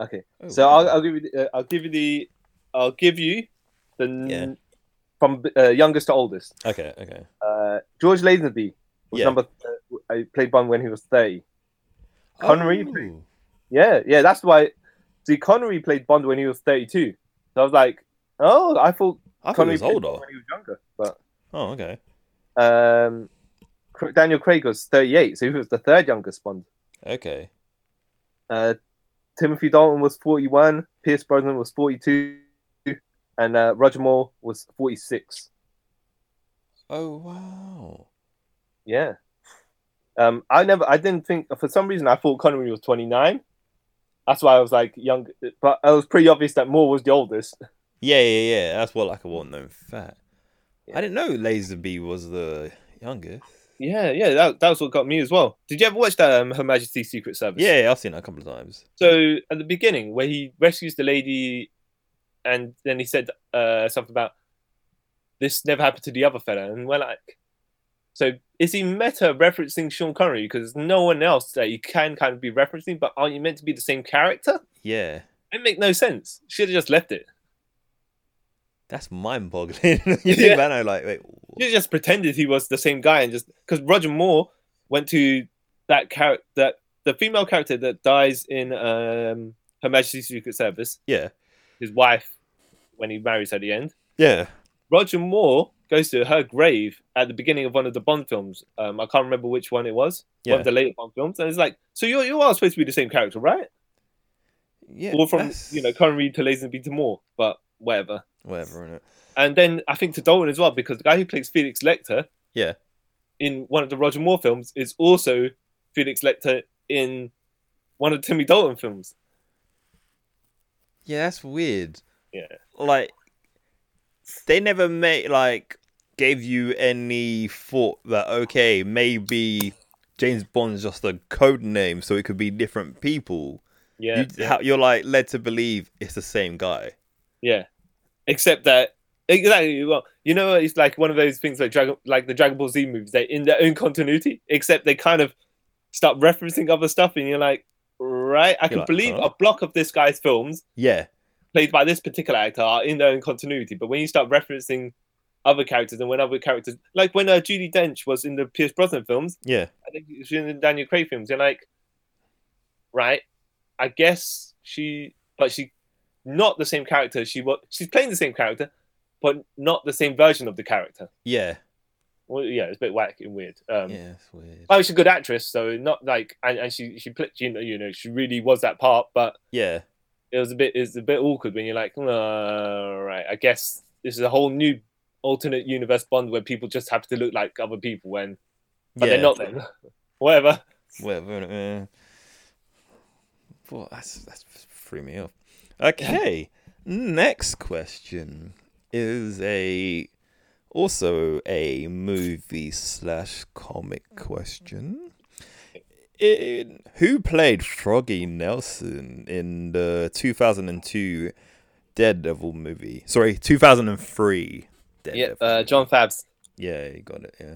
Speaker 2: Okay,
Speaker 3: Oh,
Speaker 2: so
Speaker 3: wow.
Speaker 2: I'll, I'll give you, the, uh, I'll give you the, I'll give you the n-
Speaker 3: Yeah.
Speaker 2: from uh, youngest to oldest.
Speaker 3: okay, okay.
Speaker 2: Uh, George Lazenby was
Speaker 3: Yeah.
Speaker 2: number. Uh, I played Bond when he was thirty. Connery,
Speaker 3: Oh,
Speaker 2: please. Yeah, yeah, that's why. See, Connery played Bond when he was thirty-two. So I was like, oh, I thought
Speaker 3: I thought he
Speaker 2: Connery
Speaker 3: was
Speaker 2: played
Speaker 3: older.
Speaker 2: Bond when he was younger. But
Speaker 3: Oh, okay.
Speaker 2: um, Cra- Daniel Craig was thirty-eight, so he was the third youngest Bond.
Speaker 3: Okay.
Speaker 2: Uh, Timothy Dalton was 41, Pierce Brosnan was 42, and uh, Roger Moore was 46.
Speaker 3: Oh wow.
Speaker 2: Yeah. Um, I never, I didn't think for some reason I thought Connery was 29. That's why I was like young, but it was pretty obvious that Moore was the oldest.
Speaker 3: Yeah, yeah, yeah. That's what like a well-known fact.
Speaker 2: Yeah.
Speaker 3: I didn't know Lazenby was the youngest.
Speaker 2: Yeah, yeah, that, that was what got me as well. Did you ever watch that um, Her Majesty's Secret Service?
Speaker 3: Yeah, I've seen that a couple of times.
Speaker 2: So at the beginning, where he rescues the lady, and then he said uh, something about this never happened to the other fella, and we're like, so is he meta referencing Sean Connery because no one else that he can kind of be referencing, but aren't you meant to be the same character?
Speaker 3: Yeah,
Speaker 2: It make no sense. Should have just left it.
Speaker 3: that's mind-boggling. you think
Speaker 2: Yeah.
Speaker 3: about it, like, wait,
Speaker 2: Should have just pretended he was the same guy and just because Roger Moore went to that character, that the female character that dies in um, Her Majesty's Secret Service,
Speaker 3: yeah,
Speaker 2: his wife, when he marries at the end.
Speaker 3: yeah.
Speaker 2: Roger Moore goes to her grave at the beginning of one of the Bond films. Um, I can't remember which one it was. One
Speaker 3: Yeah.
Speaker 2: of the later Bond films, and it's like, so you you are supposed to be the same character, right?
Speaker 3: Yeah,
Speaker 2: Or from
Speaker 3: that's-
Speaker 2: you know Connery to Lazenby to Moore, but whatever.
Speaker 3: whatever in it.
Speaker 2: And then I think to Dalton as well, because the guy who plays Felix Lecter,
Speaker 3: Yeah.
Speaker 2: in one of the Roger Moore films, is also Felix Lecter in one of the Timmy Dalton films.
Speaker 3: Yeah, that's weird.
Speaker 2: Yeah.
Speaker 3: like they never made like gave you any thought that okay maybe James Bond's just a code name, so it could be different people.
Speaker 2: Yeah,
Speaker 3: you, how, you're like led to believe it's the same guy.
Speaker 2: Yeah, except that exactly. Well, you know, it's like one of those things like Dragon, like the Dragon Ball Z movies. They in their own continuity, except they kind of start referencing other stuff, and you're like, right, I can
Speaker 3: like,
Speaker 2: believe
Speaker 3: huh?
Speaker 2: a block of this guy's films
Speaker 3: Yeah,
Speaker 2: played by this particular actor are in their own continuity, but when you start referencing other characters and when other characters like when uh, Judy Dench was in the Pierce Brosnan films,
Speaker 3: Yeah.
Speaker 2: I think she was in the Daniel Craig films. You're like, right? I guess she, but she, not the same character. She was she's playing the same character, but not the same version of the character.
Speaker 3: Yeah.
Speaker 2: Well, yeah, it's a bit whack and weird. Um,
Speaker 3: yeah, it's weird.
Speaker 2: Oh, she's a good actress, so not like, and, and she she played, you know, you know, she really was that part, but
Speaker 3: Yeah.
Speaker 2: it was a bit it's a bit awkward when you're like, all right, I guess this is a whole new alternate universe Bond where people just have to look like other people when, but
Speaker 3: Yeah.
Speaker 2: they're not them. Whatever.
Speaker 3: Whatever. innit, yeah. Well, that's that's threw me off. Okay. Next question is a also a movie slash comic question. In, who played Froggy Nelson in the 2002 Daredevil movie? Sorry, 2003
Speaker 2: Yeah,
Speaker 3: Daredevil.
Speaker 2: uh, John Fabs.
Speaker 3: Yeah, you got it. Yeah.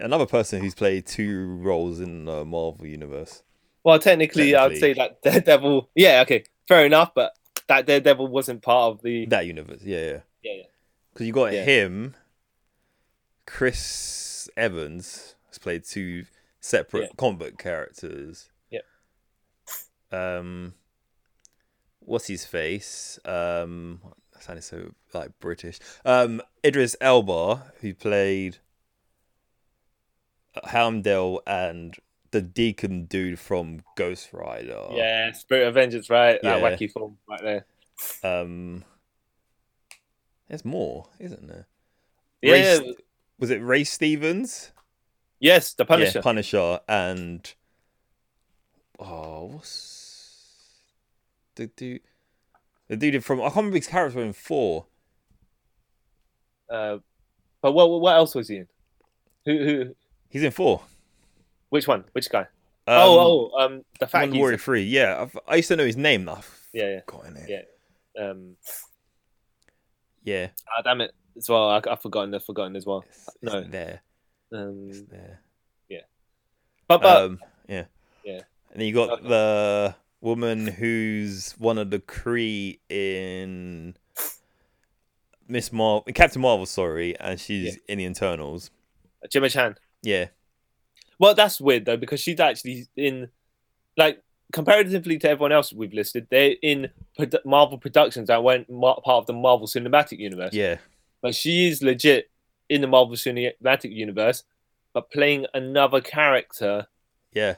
Speaker 3: Another person who's played two roles in the Marvel universe.
Speaker 2: Well, technically, I'd
Speaker 3: Technically.
Speaker 2: say that Daredevil. Yeah, okay, fair enough, but that Daredevil wasn't part of the.
Speaker 3: That universe. Yeah, yeah.
Speaker 2: Yeah, yeah.
Speaker 3: Because you got
Speaker 2: Yeah.
Speaker 3: him. Chris Evans has played two separate
Speaker 2: Yeah.
Speaker 3: comic book characters.
Speaker 2: Yep.
Speaker 3: Um. What's his face? Um. That sounded so like British. Um. Idris Elba, who played Houndel and the Deacon dude from Ghost Rider.
Speaker 2: Yeah, Spirit of Vengeance, right? That
Speaker 3: Oh. Yeah.
Speaker 2: wacky film right there.
Speaker 3: Um. There's more, isn't there?
Speaker 2: Yeah,
Speaker 3: Race-
Speaker 2: yeah,
Speaker 3: Was it Ray Stevens?
Speaker 2: yes, the Punisher.
Speaker 3: Yeah, Punisher and oh, what's the dude? The dude from I can't remember his character in four.
Speaker 2: Uh, but what what else was he in? Who who?
Speaker 3: He's in four.
Speaker 2: Which one? Which guy?
Speaker 3: Um,
Speaker 2: oh oh, um, the fact
Speaker 3: Modern
Speaker 2: he's
Speaker 3: Warrior Three. Yeah, I've, I used to know his name. though. I've
Speaker 2: Yeah, yeah.
Speaker 3: forgotten it.
Speaker 2: Yeah. um,
Speaker 3: yeah.
Speaker 2: ah, damn it as well. I, I've forgotten. I've forgotten as well.
Speaker 3: It's, it's
Speaker 2: No.
Speaker 3: there. It's
Speaker 2: Um,
Speaker 3: there.
Speaker 2: but but
Speaker 3: um, yeah.
Speaker 2: Yeah.
Speaker 3: And then you got
Speaker 2: Okay.
Speaker 3: the woman who's one of the Cree in Miss Marvel, Captain Marvel, sorry, and she's in the internals.
Speaker 2: Jimmy Chan.
Speaker 3: Yeah.
Speaker 2: Well, that's weird though because she's actually in, like, comparatively to everyone else we've listed, they're in produ- Marvel productions that weren't mar- part of the Marvel Cinematic Universe.
Speaker 3: Yeah.
Speaker 2: But she is legit in the Marvel Cinematic Universe, but playing another character
Speaker 3: Yeah.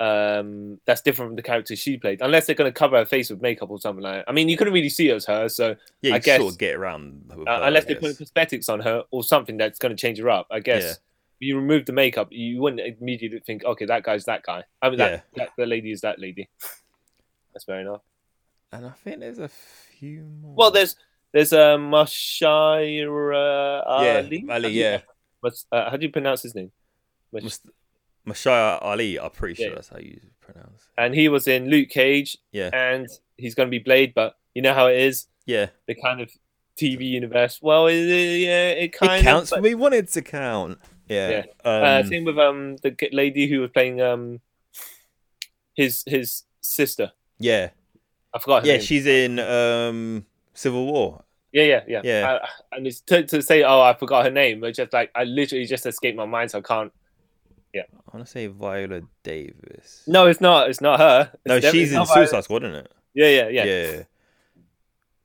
Speaker 2: um, that's different from the character she played. Unless they're going to cover her face with makeup or something like that. I mean, you couldn't really see it was her, so
Speaker 3: Yeah, you
Speaker 2: I
Speaker 3: can sort
Speaker 2: guess-
Speaker 3: of get around. with
Speaker 2: uh,
Speaker 3: that,
Speaker 2: unless
Speaker 3: I
Speaker 2: they put
Speaker 3: guess.
Speaker 2: prosthetics on her or something that's going to change her up. I guess
Speaker 3: Yeah.
Speaker 2: if you remove the makeup, you wouldn't immediately think, okay, that guy's that guy. I mean, that, that the lady is that lady. That's fair enough.
Speaker 3: And I think there's a few more.
Speaker 2: Well, there's there's uh, Mashira
Speaker 3: yeah,
Speaker 2: Ali. How do
Speaker 3: Ali,
Speaker 2: you-
Speaker 3: yeah,
Speaker 2: Mas- uh, how do you pronounce his name? Mas-
Speaker 3: Mas- Mashaya Ali. I'm pretty sure
Speaker 2: Yeah.
Speaker 3: that's how you pronounce. it.
Speaker 2: and he was in Luke Cage,
Speaker 3: Yeah,
Speaker 2: and he's going to be Blade, but you know how it is.
Speaker 3: yeah.
Speaker 2: the kind of TV universe. Well, it, it, yeah, it kind
Speaker 3: It counts.
Speaker 2: of.
Speaker 3: we want it to count. Yeah.
Speaker 2: but, uh,
Speaker 3: Um,
Speaker 2: same with um the g- lady who was playing um his his sister.
Speaker 3: yeah.
Speaker 2: I forgot. Her
Speaker 3: Yeah.
Speaker 2: name.
Speaker 3: She's in um, Civil War.
Speaker 2: yeah, yeah, yeah,
Speaker 3: Yeah.
Speaker 2: I- I- and it's to, to say, oh, I forgot her name, but just like I literally just escaped my mind, so I can't.
Speaker 3: I want to say Viola Davis.
Speaker 2: No, it's not. It's not her. It's
Speaker 3: no,
Speaker 2: definitely
Speaker 3: she's in
Speaker 2: not her.
Speaker 3: Suicide Squad, isn't it?
Speaker 2: Yeah, yeah, yeah.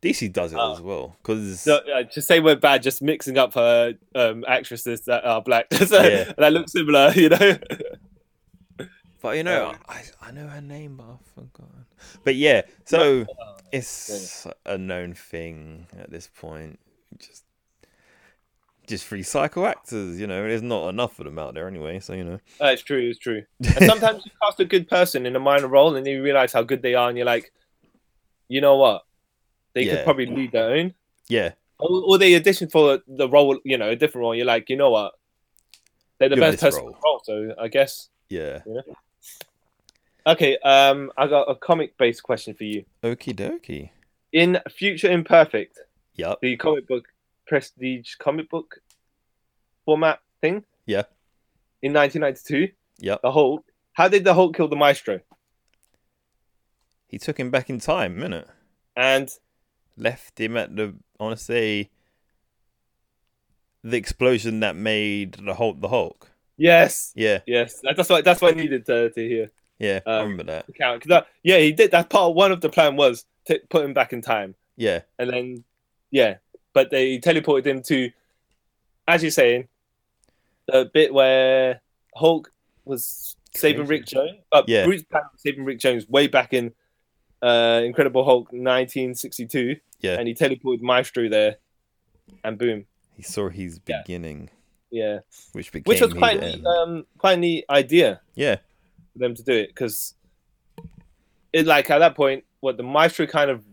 Speaker 3: DC does it
Speaker 2: Oh.
Speaker 3: as well because
Speaker 2: So, uh, just say we're bad, just mixing up her um, actresses that are black, so
Speaker 3: Yeah.
Speaker 2: that look similar, you know.
Speaker 3: But you know,
Speaker 2: Um,
Speaker 3: I, I know her name, but I've forgotten. But yeah, so it's a known thing at this point. Just just recycle actors, you know. There's not enough of them out there anyway, so you know.
Speaker 2: Uh, it's true. It's true. And sometimes you cast a good person in a minor role, and then you realize how good they are, and you're like, you know what? They
Speaker 3: Yeah.
Speaker 2: could probably lead their own,
Speaker 3: Yeah,
Speaker 2: or, or they audition for the role, you know, a different role. You're like, you know what? They're the
Speaker 3: You're
Speaker 2: best
Speaker 3: this
Speaker 2: person
Speaker 3: role.
Speaker 2: for the role. So I guess
Speaker 3: yeah.
Speaker 2: okay. Um, I got a comic-based question for you.
Speaker 3: Okie dokie.
Speaker 2: In Future Imperfect,
Speaker 3: Yup.
Speaker 2: the comic book prestige comic book format thing,
Speaker 3: Yeah.
Speaker 2: in 1992,
Speaker 3: Yup.
Speaker 2: the Hulk. How did the Hulk kill the Maestro?
Speaker 3: He took him back in time, minute.
Speaker 2: And
Speaker 3: Left him at the I want to say the explosion that made the Hulk the Hulk.
Speaker 2: Yes,
Speaker 3: Yeah,
Speaker 2: yes. That- That's what that's what I needed to, to hear.
Speaker 3: yeah, I
Speaker 2: Um,
Speaker 3: remember that.
Speaker 2: The count- 'cause that- yeah, he did. That part one of the plan was to put him back in time.
Speaker 3: Yeah,
Speaker 2: and then yeah, but they teleported him to, as you're saying, the bit where Hulk was saving
Speaker 3: Crazy.
Speaker 2: Rick Jones. Uh,
Speaker 3: Yeah.
Speaker 2: Bruce Banner was saving Rick Jones way back in uh, Incredible Hulk 1962.
Speaker 3: Yeah.
Speaker 2: and he teleported Maestro there, and boom,
Speaker 3: he saw his
Speaker 2: Yeah.
Speaker 3: beginning,
Speaker 2: yeah,
Speaker 3: which became
Speaker 2: which was
Speaker 3: his
Speaker 2: quite
Speaker 3: end.
Speaker 2: neat, um, quite neat idea
Speaker 3: yeah,
Speaker 2: for them to do it because it like at that point what the maestro kind of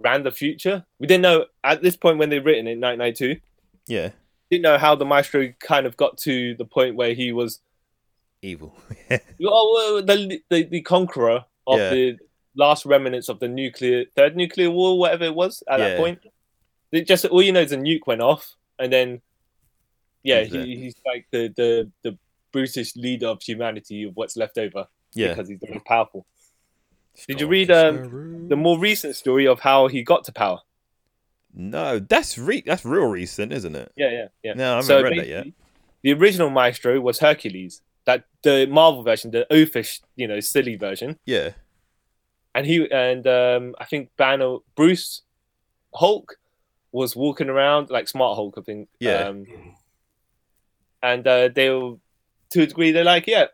Speaker 2: ran the future we didn't know at this point when they written it 1992
Speaker 3: yeah,
Speaker 2: didn't know how the maestro kind of got to the point where he was
Speaker 3: evil.
Speaker 2: oh, well, the, the the conqueror of
Speaker 3: Yeah.
Speaker 2: the last remnants of the nuclear third nuclear war, whatever it was at
Speaker 3: Yeah.
Speaker 2: that point. It just all you know is a nuke went off, and then yeah,
Speaker 3: He's there.
Speaker 2: he, he's like the the the brutish leader of humanity of what's left over
Speaker 3: yeah.
Speaker 2: because he's the most powerful. Did you
Speaker 3: Strong
Speaker 2: read,
Speaker 3: as
Speaker 2: um,
Speaker 3: a root.
Speaker 2: The more recent story of how he got to power.
Speaker 3: No, that's re- that's real recent, isn't it?
Speaker 2: Yeah, yeah, yeah.
Speaker 3: No, I haven't read that yet.
Speaker 2: basically, The original Maestro was Hercules, that the Marvel version, the oafish, you know, silly version.
Speaker 3: Yeah,
Speaker 2: and he and um, I think Banner Bruce Hulk was walking around like Smart Hulk, I think.
Speaker 3: Yeah.
Speaker 2: Um, and uh, they were to a degree they're like, yeah.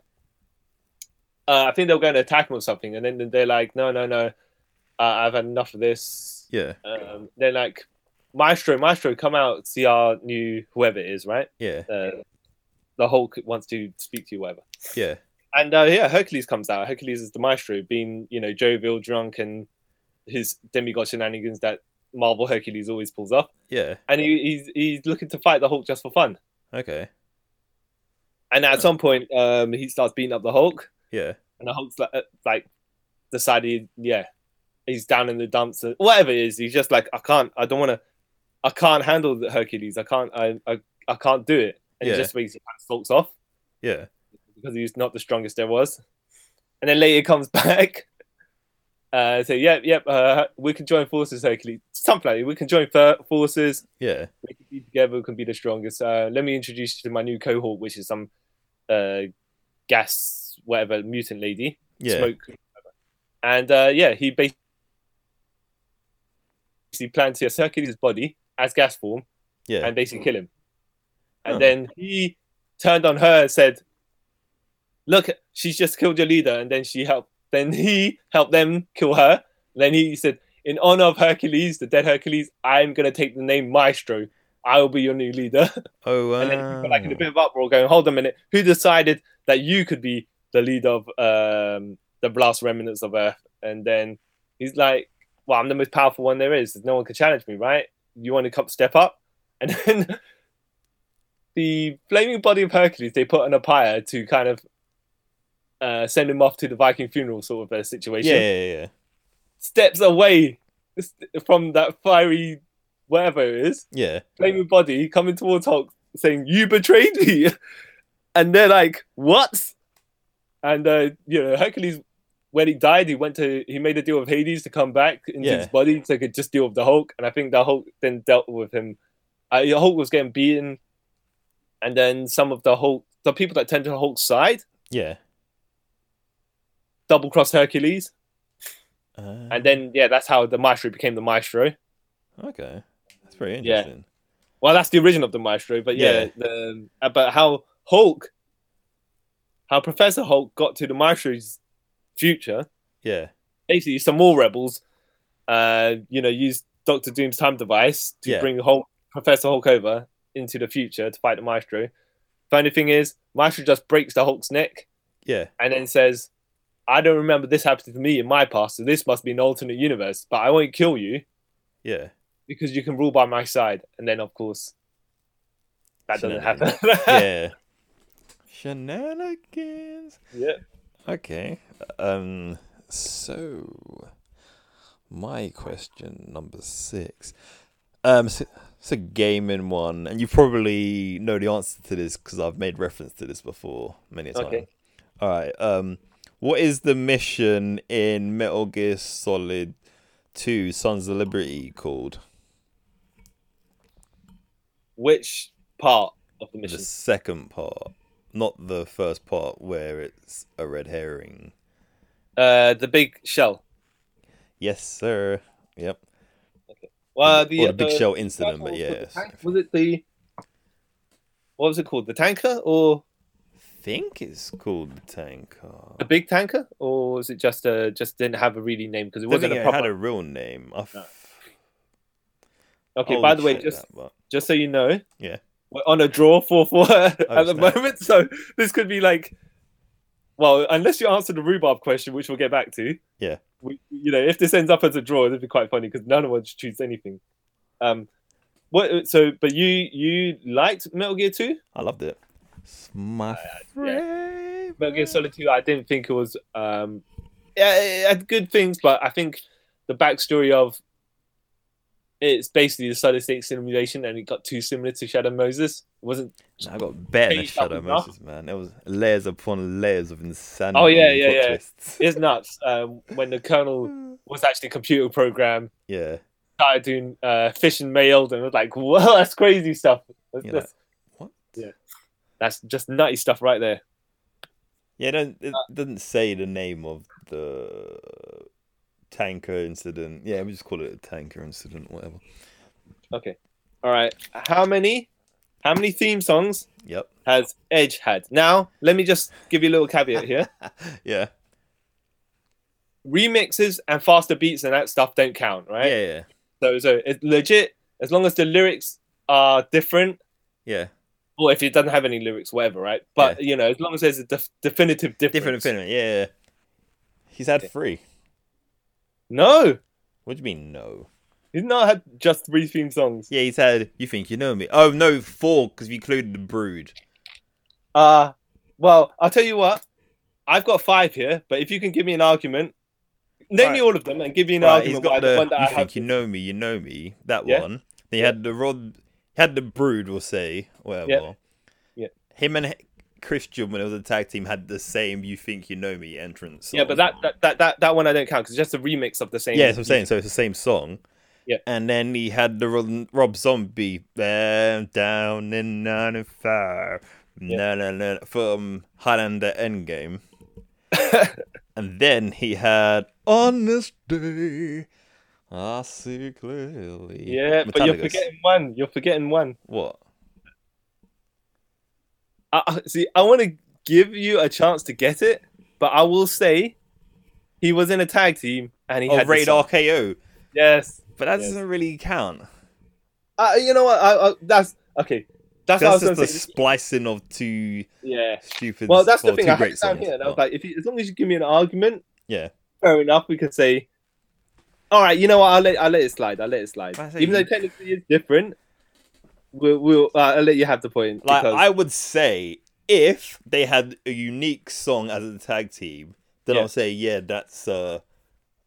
Speaker 2: Uh, I think they were going to attack him or something, and then they're like, no, no, no, uh, I've had enough of this.
Speaker 3: yeah,
Speaker 2: Um, they're like, Maestro, Maestro, come out, see our new whoever it is, right?
Speaker 3: yeah,
Speaker 2: Uh, the Hulk wants to speak to you, whatever.
Speaker 3: yeah,
Speaker 2: And uh, yeah, Hercules comes out. Hercules is the maestro, being you know jovial, drunk, and his demigod shenanigans that Marvel Hercules always pulls off.
Speaker 3: yeah.
Speaker 2: And he, he's he's looking to fight the Hulk just for fun.
Speaker 3: Okay,
Speaker 2: And at
Speaker 3: Huh.
Speaker 2: some point, um, he starts beating up the Hulk,
Speaker 3: yeah,
Speaker 2: and the Hulk's like, uh, like decided, yeah, he's down in the dumps, and whatever it is, he's just like, I can't, I don't want to, I can't handle the Hercules. I can't, I, I, I can't do it. And
Speaker 3: Yeah.
Speaker 2: he just basically kind of stalks off.
Speaker 3: yeah,
Speaker 2: because he's not the strongest there was. And then later comes back. Uh, so yep, yep. Uh, we can join forces, Hercules. Something like that. we can join for- forces.
Speaker 3: yeah,
Speaker 2: We can be together. We can be the strongest. Uh, let me introduce you to my new cohort, which is some uh, gas, whatever mutant lady,
Speaker 3: yeah.
Speaker 2: smoke. whatever. And uh, yeah, he bas- basically plans to circulate his body as gas form
Speaker 3: Yeah.
Speaker 2: and basically kill him. And
Speaker 3: Huh.
Speaker 2: then he turned on her and said, "Look, she's just killed your leader." And then she helped. Then he helped them kill her. Then he said, "In honor of Hercules, the dead Hercules, I'm gonna take the name Maestro. I will be your new leader."
Speaker 3: oh, wow.
Speaker 2: and then people were, like in a bit of uproar, going, "Hold a minute, who decided that you could be the leader of um, the last remnants of Earth?" And then he's like, "Well, I'm the most powerful one there is. No one can challenge me, right? You want to come step up?" And then the flaming body of Hercules they put on a pyre to kind of uh, send him off to the Viking funeral sort of a situation.
Speaker 3: yeah, yeah, yeah.
Speaker 2: Steps away from that fiery whatever it is
Speaker 3: Yeah,
Speaker 2: flaming body coming towards Hulk saying, You betrayed me. And they're like, What? And, uh, you know, Hercules, when he died, he went to, he made a deal with Hades to come back into
Speaker 3: Yeah.
Speaker 2: his body so he could just deal with the Hulk. And I think the Hulk then dealt with him. Uh, Hulk was getting beaten. And then some of the Hulk, the people that tend to Hulk's side,
Speaker 3: yeah.
Speaker 2: double crossed Hercules.
Speaker 3: Uh,
Speaker 2: And then, yeah, that's how the Maestro became the Maestro.
Speaker 3: okay, that's very
Speaker 2: Yeah.
Speaker 3: interesting.
Speaker 2: Well, that's the origin of the Maestro, but yeah,
Speaker 3: Yeah.
Speaker 2: The, about how Hulk, how Professor Hulk got to the Maestro's future.
Speaker 3: Yeah,
Speaker 2: Basically, some more rebels, uh, you know, used Doctor Doom's time device to
Speaker 3: Yeah.
Speaker 2: bring Hulk, Professor Hulk over into the future to fight the Maestro. Funny thing is, Maestro just breaks the Hulk's neck
Speaker 3: yeah,
Speaker 2: and then says, "I don't remember this happening to me in my past, so this must be an alternate universe. But I won't kill you
Speaker 3: yeah.
Speaker 2: because you can rule by my side." And then, of course, that doesn't happen.
Speaker 3: Shenanigans. yeah. Shenanigans.
Speaker 2: yeah.
Speaker 3: Okay. Um. So, my question number six. Um. So, it's a gaming one, and you probably know the answer to this because I've made reference to this before many times.
Speaker 2: Okay.
Speaker 3: All right. Um. What is the mission in Metal Gear Solid Two: Sons of Liberty called?
Speaker 2: Which part of the
Speaker 3: the
Speaker 2: mission.
Speaker 3: second part, not the first part where it's a red herring.
Speaker 2: Uh, the big shell.
Speaker 3: Yes, sir. Yep.
Speaker 2: Well,
Speaker 3: or
Speaker 2: the,
Speaker 3: the big
Speaker 2: uh,
Speaker 3: shell
Speaker 2: the
Speaker 3: incident,
Speaker 2: one
Speaker 3: but
Speaker 2: called the
Speaker 3: yeah.
Speaker 2: tank- Was it the what was it called? The tanker or
Speaker 3: think it's called the tank. Oh.
Speaker 2: the big tanker, or was it just uh just didn't have a really name because it
Speaker 3: I don't
Speaker 2: wasn't
Speaker 3: think
Speaker 2: a
Speaker 3: it
Speaker 2: proper.
Speaker 3: had a real name. I f-
Speaker 2: No. Okay,
Speaker 3: I'll
Speaker 2: by the way,
Speaker 3: check
Speaker 2: just
Speaker 3: that, but-
Speaker 2: just so you know,
Speaker 3: Yeah.
Speaker 2: we're on a draw four four at
Speaker 3: Oh,
Speaker 2: the
Speaker 3: snap.
Speaker 2: moment. So this could be like, well, unless you answer the rhubarb question, which we'll get back to.
Speaker 3: Yeah.
Speaker 2: we, you know, if this ends up as a draw, it'd be quite funny because none of us choose anything. Um, what? So, but you you liked Metal Gear Two,
Speaker 3: I loved it. It's my
Speaker 2: Uh,
Speaker 3: favorite.
Speaker 2: Metal Gear Solid Two. I didn't think it was. Um, yeah, it had good things, but I think the backstory of it's basically the solid state simulation, and it got too similar to Shadow Moses. It wasn't
Speaker 3: I got better than
Speaker 2: Changed up
Speaker 3: Shadow
Speaker 2: enough.
Speaker 3: Moses, man. It was layers upon layers of insanity.
Speaker 2: Oh, yeah,
Speaker 3: and
Speaker 2: yeah,
Speaker 3: plot
Speaker 2: yeah.
Speaker 3: twists.
Speaker 2: It's nuts. Um, when the colonel was actually a computer program,
Speaker 3: Yeah.
Speaker 2: started doing uh, fish and mailed, and was like, "Whoa, that's crazy stuff. That's,
Speaker 3: You're like,
Speaker 2: that's,
Speaker 3: what?
Speaker 2: Yeah. that's just nutty stuff right there."
Speaker 3: Yeah, it, don't, it
Speaker 2: Uh,
Speaker 3: doesn't say the name of the tanker incident. Yeah, we just call it a tanker incident, whatever.
Speaker 2: Okay, all right. How many, how many theme songs
Speaker 3: Yep.
Speaker 2: has Edge had? Now, let me just give you a little caveat here:
Speaker 3: Yeah.
Speaker 2: remixes and faster beats and that stuff don't count, right?
Speaker 3: Yeah, yeah,
Speaker 2: So, so it's legit as long as the lyrics are different.
Speaker 3: yeah.
Speaker 2: Or if it doesn't have any lyrics, whatever, right? But you know, as long as there's a def- definitive difference.
Speaker 3: Different infinity. Yeah, yeah. He's had
Speaker 2: Yeah.
Speaker 3: three.
Speaker 2: No,
Speaker 3: What do you mean no?
Speaker 2: He's not had just three theme songs.
Speaker 3: Yeah, he's had. You think you know me? Oh no, four because we included the brood.
Speaker 2: Uh well, I'll tell you what. I've got five here, but if you can give me an argument, name
Speaker 3: Right.
Speaker 2: me all of them and give me an
Speaker 3: Right, he's
Speaker 2: argument why
Speaker 3: got
Speaker 2: the,
Speaker 3: the.
Speaker 2: one that
Speaker 3: you
Speaker 2: I
Speaker 3: think
Speaker 2: have.
Speaker 3: you know me? You know me. That
Speaker 2: Yeah.
Speaker 3: one. Then he
Speaker 2: Yeah.
Speaker 3: had the rod. He had the brood. We'll say whatever.
Speaker 2: Yeah.
Speaker 3: Him and he- Christian when it was a tag team had the same. You think you know me entrance.
Speaker 2: Yeah, but
Speaker 3: song.
Speaker 2: that, that that that that one I don't count because it's just a remix of the same.
Speaker 3: Yeah, that's what I'm saying. So it's the same song.
Speaker 2: Yeah.
Speaker 3: And then he had the Rob, Rob Zombie um, down in 95. No, no, no, from Highlander Endgame. and then he had On This Day, I See Clearly.
Speaker 2: Yeah, but you're
Speaker 3: Metallica's.
Speaker 2: forgetting one. You're forgetting one.
Speaker 3: What?
Speaker 2: I, I, see, I want to give you a chance to get it, but I will say he was in a tag team and he
Speaker 3: oh,
Speaker 2: had the
Speaker 3: Raid
Speaker 2: song.
Speaker 3: RKO.
Speaker 2: Yes.
Speaker 3: But that
Speaker 2: Yes.
Speaker 3: doesn't really count.
Speaker 2: Uh, you know what? I, I, that's okay. That's, what I
Speaker 3: That's just
Speaker 2: was going
Speaker 3: the
Speaker 2: to say.
Speaker 3: splicing of two
Speaker 2: Yeah.
Speaker 3: stupid.
Speaker 2: Well, that's
Speaker 3: well,
Speaker 2: the thing.
Speaker 3: two
Speaker 2: I had
Speaker 3: great
Speaker 2: it down
Speaker 3: songs.
Speaker 2: here, and I
Speaker 3: Oh,
Speaker 2: was like, if you, as long as you give me an argument,
Speaker 3: Yeah.
Speaker 2: fair enough. We could say, all right, you know what? I'll let I'll let it slide. I'll let it slide.
Speaker 3: I say
Speaker 2: Even though
Speaker 3: you-
Speaker 2: technically it's different, we'll, we'll uh, I'll let you have the point.
Speaker 3: Like
Speaker 2: because-
Speaker 3: I would say, if they had a unique song as a tag team, then
Speaker 2: Yeah.
Speaker 3: I'll say, yeah, that's uh,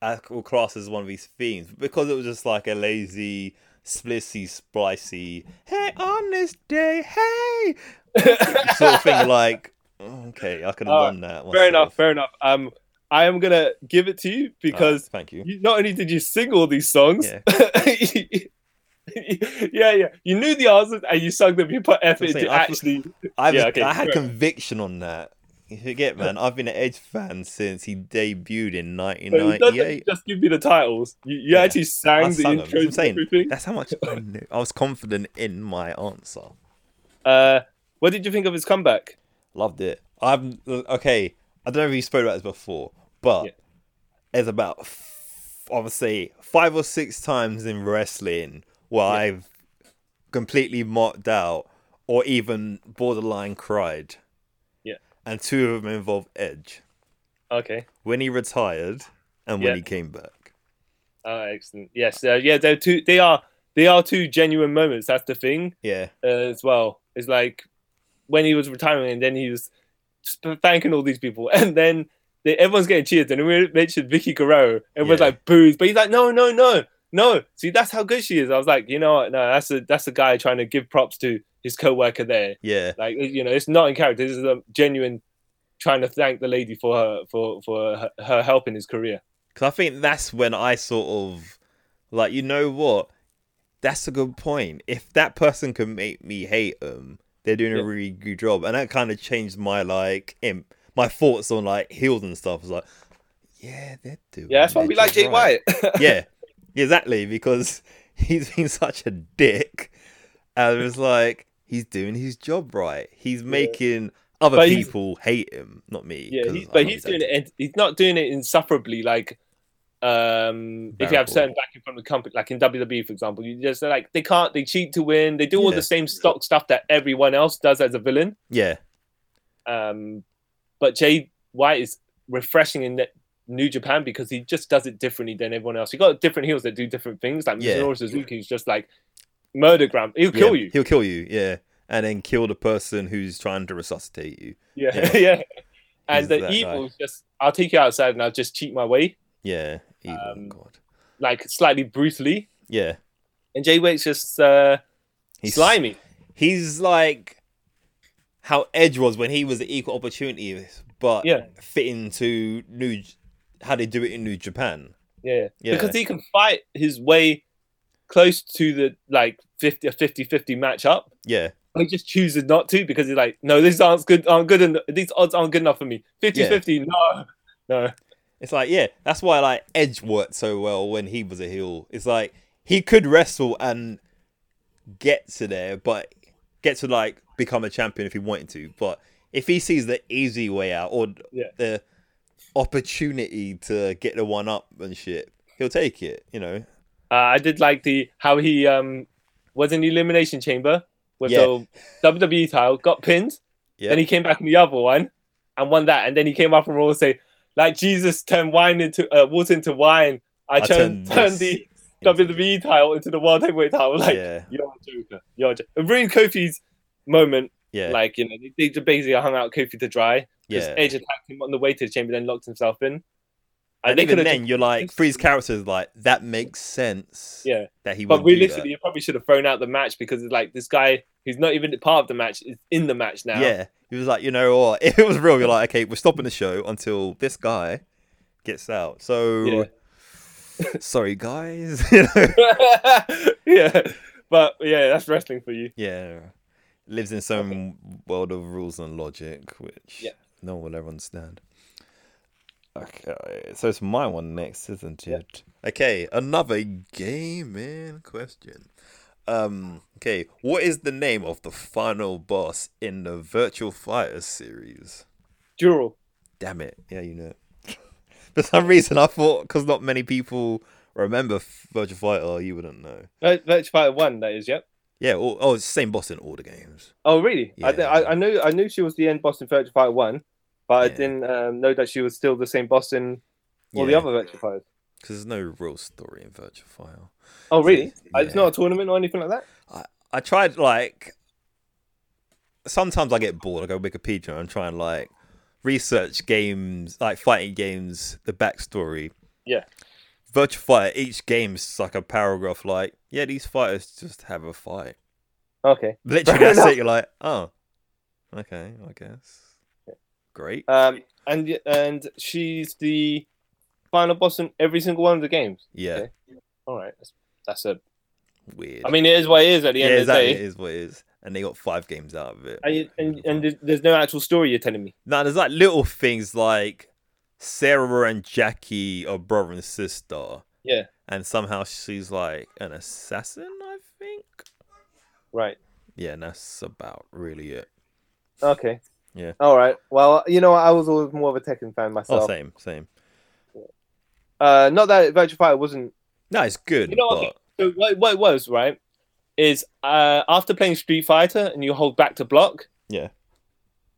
Speaker 3: I will class as one of these themes because it was just like a lazy, splissy, splicey. Hey, on this day, hey, sort of thing. Like, okay, I could have
Speaker 2: All
Speaker 3: done that.
Speaker 2: fair enough.
Speaker 3: myself.
Speaker 2: Fair enough. Um, I am gonna give it to you
Speaker 3: All right,
Speaker 2: because
Speaker 3: thank you.
Speaker 2: you, not only did you sing all these songs,
Speaker 3: Yeah.
Speaker 2: yeah, yeah, you knew the answers and you sung them. You put effort
Speaker 3: That's what I'm
Speaker 2: into
Speaker 3: saying, I-
Speaker 2: actually.
Speaker 3: I was,
Speaker 2: Yeah, okay,
Speaker 3: I had
Speaker 2: fair enough.
Speaker 3: conviction on that. You forget, man. I've been an Edge fan since he debuted in
Speaker 2: So it
Speaker 3: 1998.
Speaker 2: doesn't just give me the titles. You, you
Speaker 3: Yeah.
Speaker 2: actually sang the
Speaker 3: sung 'em,
Speaker 2: intro
Speaker 3: that's what I'm
Speaker 2: and everything.
Speaker 3: That's how much I knew. I was confident in my answer.
Speaker 2: Uh, what did you think of his comeback?
Speaker 3: Loved it. I'm okay. I don't know if you spoke about this before, but
Speaker 2: Yeah.
Speaker 3: there's about f- I would say five or six times in wrestling where
Speaker 2: Yeah.
Speaker 3: I've completely mocked out or even borderline cried.
Speaker 2: Yeah.
Speaker 3: And two of them involve Edge
Speaker 2: Okay.
Speaker 3: when he retired and when
Speaker 2: Yeah.
Speaker 3: he came back.
Speaker 2: Oh, excellent. Yes. Uh, yeah. They're two. They are. They are two genuine moments. That's the thing
Speaker 3: Yeah.
Speaker 2: uh, as well. It's like when he was retiring, and then he was sp- thanking all these people, and then they, everyone's getting cheered. And then we mentioned Vicky Guerrero. Everyone's
Speaker 3: Yeah.
Speaker 2: like booze, but he's like, no, no, no, no. See, that's how good she is. I was like, you know what? No, that's a that's a guy trying to give props to his co-worker there.
Speaker 3: Yeah.
Speaker 2: Like you know, it's not in character. This is a genuine trying to thank the lady for her for for her, her help in his career.
Speaker 3: Because I think that's when I sort of like, you know what? That's a good point. If that person can make me hate them, they're doing
Speaker 2: Yeah.
Speaker 3: a really good job, and that kind of changed my like im- my thoughts on like heels and stuff. I was like, yeah, they're doing.
Speaker 2: Yeah, that's why
Speaker 3: their
Speaker 2: we like
Speaker 3: job
Speaker 2: Jay
Speaker 3: right.
Speaker 2: White.
Speaker 3: yeah, exactly. Because he's been such a dick, and it was like he's doing his job right. He's making other
Speaker 2: But he's-
Speaker 3: people hate him, not me.
Speaker 2: yeah,
Speaker 3: 'cause
Speaker 2: he's,
Speaker 3: I
Speaker 2: but
Speaker 3: love
Speaker 2: he's
Speaker 3: Jay.
Speaker 2: doing it. And he's not doing it insufferably. Like, um, if you
Speaker 3: Barrel.
Speaker 2: have certain backing from the company, like in WWE, for example, you just they're like they can't. They cheat to win. They do all
Speaker 3: Yeah.
Speaker 2: the same stock stuff that everyone else does as a villain.
Speaker 3: Yeah,
Speaker 2: Um, but Jay White is refreshing in that New Japan because he just does it differently than everyone else. You got different heels that do different things. Like
Speaker 3: Yeah.
Speaker 2: Minoru Suzuki is just like murder ground. He'll
Speaker 3: yeah,
Speaker 2: kill you.
Speaker 3: He'll kill you. Yeah, and then kill the person who's trying to resuscitate you.
Speaker 2: Yeah, yeah.
Speaker 3: Yeah.
Speaker 2: And
Speaker 3: He's
Speaker 2: the
Speaker 3: that
Speaker 2: evil is just I'll take you outside and I'll just cheat my way,
Speaker 3: Yeah. Evil,
Speaker 2: Um,
Speaker 3: God.
Speaker 2: like slightly brutally.
Speaker 3: Yeah.
Speaker 2: And Jay White's just uh,
Speaker 3: He's
Speaker 2: slimy.
Speaker 3: He's like how Edge was when he was the equal opportunity, but
Speaker 2: Yeah.
Speaker 3: fit into new J- how they do it in New Japan.
Speaker 2: Yeah.
Speaker 3: Yeah.
Speaker 2: Because he can fight his way close to the like 50 a 50 50 matchup.
Speaker 3: Yeah.
Speaker 2: He just chooses not to because he's like, no, these aren't good. Aren't good. En- these odds aren't good enough for me. 50
Speaker 3: Yeah.
Speaker 2: 50 No, no.
Speaker 3: It's like yeah, that's why like Edge worked so well when he was a heel. It's like he could wrestle and get to there, but get to like become a champion if he wanted to. But if he sees the easy way out or th-
Speaker 2: Yeah.
Speaker 3: the opportunity to get the one up and shit, he'll take it. You know.
Speaker 2: Uh, I did like the how he um was in the elimination chamber with
Speaker 3: Yeah.
Speaker 2: the WWE title, got pinned,
Speaker 3: Yeah.
Speaker 2: Then he came back in the other one and won that. And then he came up and Raw and say, like Jesus turned wine into uh, water into wine. I,
Speaker 3: I
Speaker 2: turned,
Speaker 3: turned
Speaker 2: turned
Speaker 3: this
Speaker 2: the WWE title into the World Heavyweight title. Like
Speaker 3: yeah.
Speaker 2: you're a joker. You're a joker. It ruined Kofi's moment.
Speaker 3: Yeah.
Speaker 2: Like you know, they, they just basically hung out Kofi to dry. Because
Speaker 3: yeah.
Speaker 2: Edge attacked him on the way to the chamber, then locked himself in.
Speaker 3: And
Speaker 2: they
Speaker 3: even
Speaker 2: could've
Speaker 3: then,
Speaker 2: just-
Speaker 3: you're like freeze characters. Like that makes sense.
Speaker 2: Yeah.
Speaker 3: That he.
Speaker 2: But
Speaker 3: would do
Speaker 2: realistically, you probably should have thrown out the match because it's like this guy who's not even part of the match is in the match now.
Speaker 3: that. yeah, he was like, you know what? If it was real, you're like, okay, we're stopping the show until this guy gets out. So.
Speaker 2: Yeah.
Speaker 3: Sorry, guys. You know?
Speaker 2: yeah. But yeah, that's wrestling for you.
Speaker 3: yeah, lives in some world of rules and logic, which
Speaker 2: Yeah.
Speaker 3: no one will ever understand. Okay, so it's my one next, isn't
Speaker 2: Yeah.
Speaker 3: it? Okay, another gaming question. Um, okay, what is the name of the final boss in the Virtual Fighter series?
Speaker 2: Dural.
Speaker 3: Damn it! Yeah, you know. it. For some reason, I thought because not many people remember Virtual Fighter, you wouldn't know.
Speaker 2: Vir- Virtua Fighter One, that is. Yep.
Speaker 3: Yeah, all, oh, it's the same boss in all the games.
Speaker 2: Oh, really? I,
Speaker 3: Yeah.
Speaker 2: I I knew I knew she was the end boss in Virtua Fighter One, but I
Speaker 3: Yeah.
Speaker 2: didn't um, know that she was still the same boss in all the
Speaker 3: Yeah.
Speaker 2: other Virtua Fighters.
Speaker 3: Because there's no real story in Virtual Fire.
Speaker 2: Oh, really? Uh, It's
Speaker 3: Yeah.
Speaker 2: not a tournament or anything like that.
Speaker 3: I tried like. Sometimes I get bored. I go Wikipedia and try and like research games, like fighting games, the backstory.
Speaker 2: Yeah.
Speaker 3: Virtual Fighter, each game's like a paragraph. Like, yeah, these fighters just have a fight.
Speaker 2: Okay.
Speaker 3: Literally,
Speaker 2: Fair
Speaker 3: that's
Speaker 2: enough.
Speaker 3: it. You're like, oh, okay, I guess. Great.
Speaker 2: Um, and and she's the final boss in every single one of the games.
Speaker 3: yeah,
Speaker 2: okay. All right. That's, that's a.
Speaker 3: weird.
Speaker 2: I mean, it is what it is at the end
Speaker 3: yeah,
Speaker 2: of the
Speaker 3: exactly.
Speaker 2: day.
Speaker 3: It is what it is, and they got five games out of it.
Speaker 2: And, you- and and there's- there's no actual story you're telling me.
Speaker 3: No, there's like little things like Sarah and Jackie are brother and sister.
Speaker 2: Yeah.
Speaker 3: And somehow she's like an assassin, I think.
Speaker 2: Right.
Speaker 3: Yeah, and that's about really it.
Speaker 2: Okay.
Speaker 3: Yeah.
Speaker 2: All right. Well, you know, what? I was always more of a Tekken fan
Speaker 3: Oh,
Speaker 2: myself.
Speaker 3: same, same.
Speaker 2: uh, not that Virtua Fighter wasn't
Speaker 3: No, it's good,
Speaker 2: You know what-
Speaker 3: but
Speaker 2: So what, what it was right is uh, after playing Street Fighter and you hold back to block.
Speaker 3: Yeah.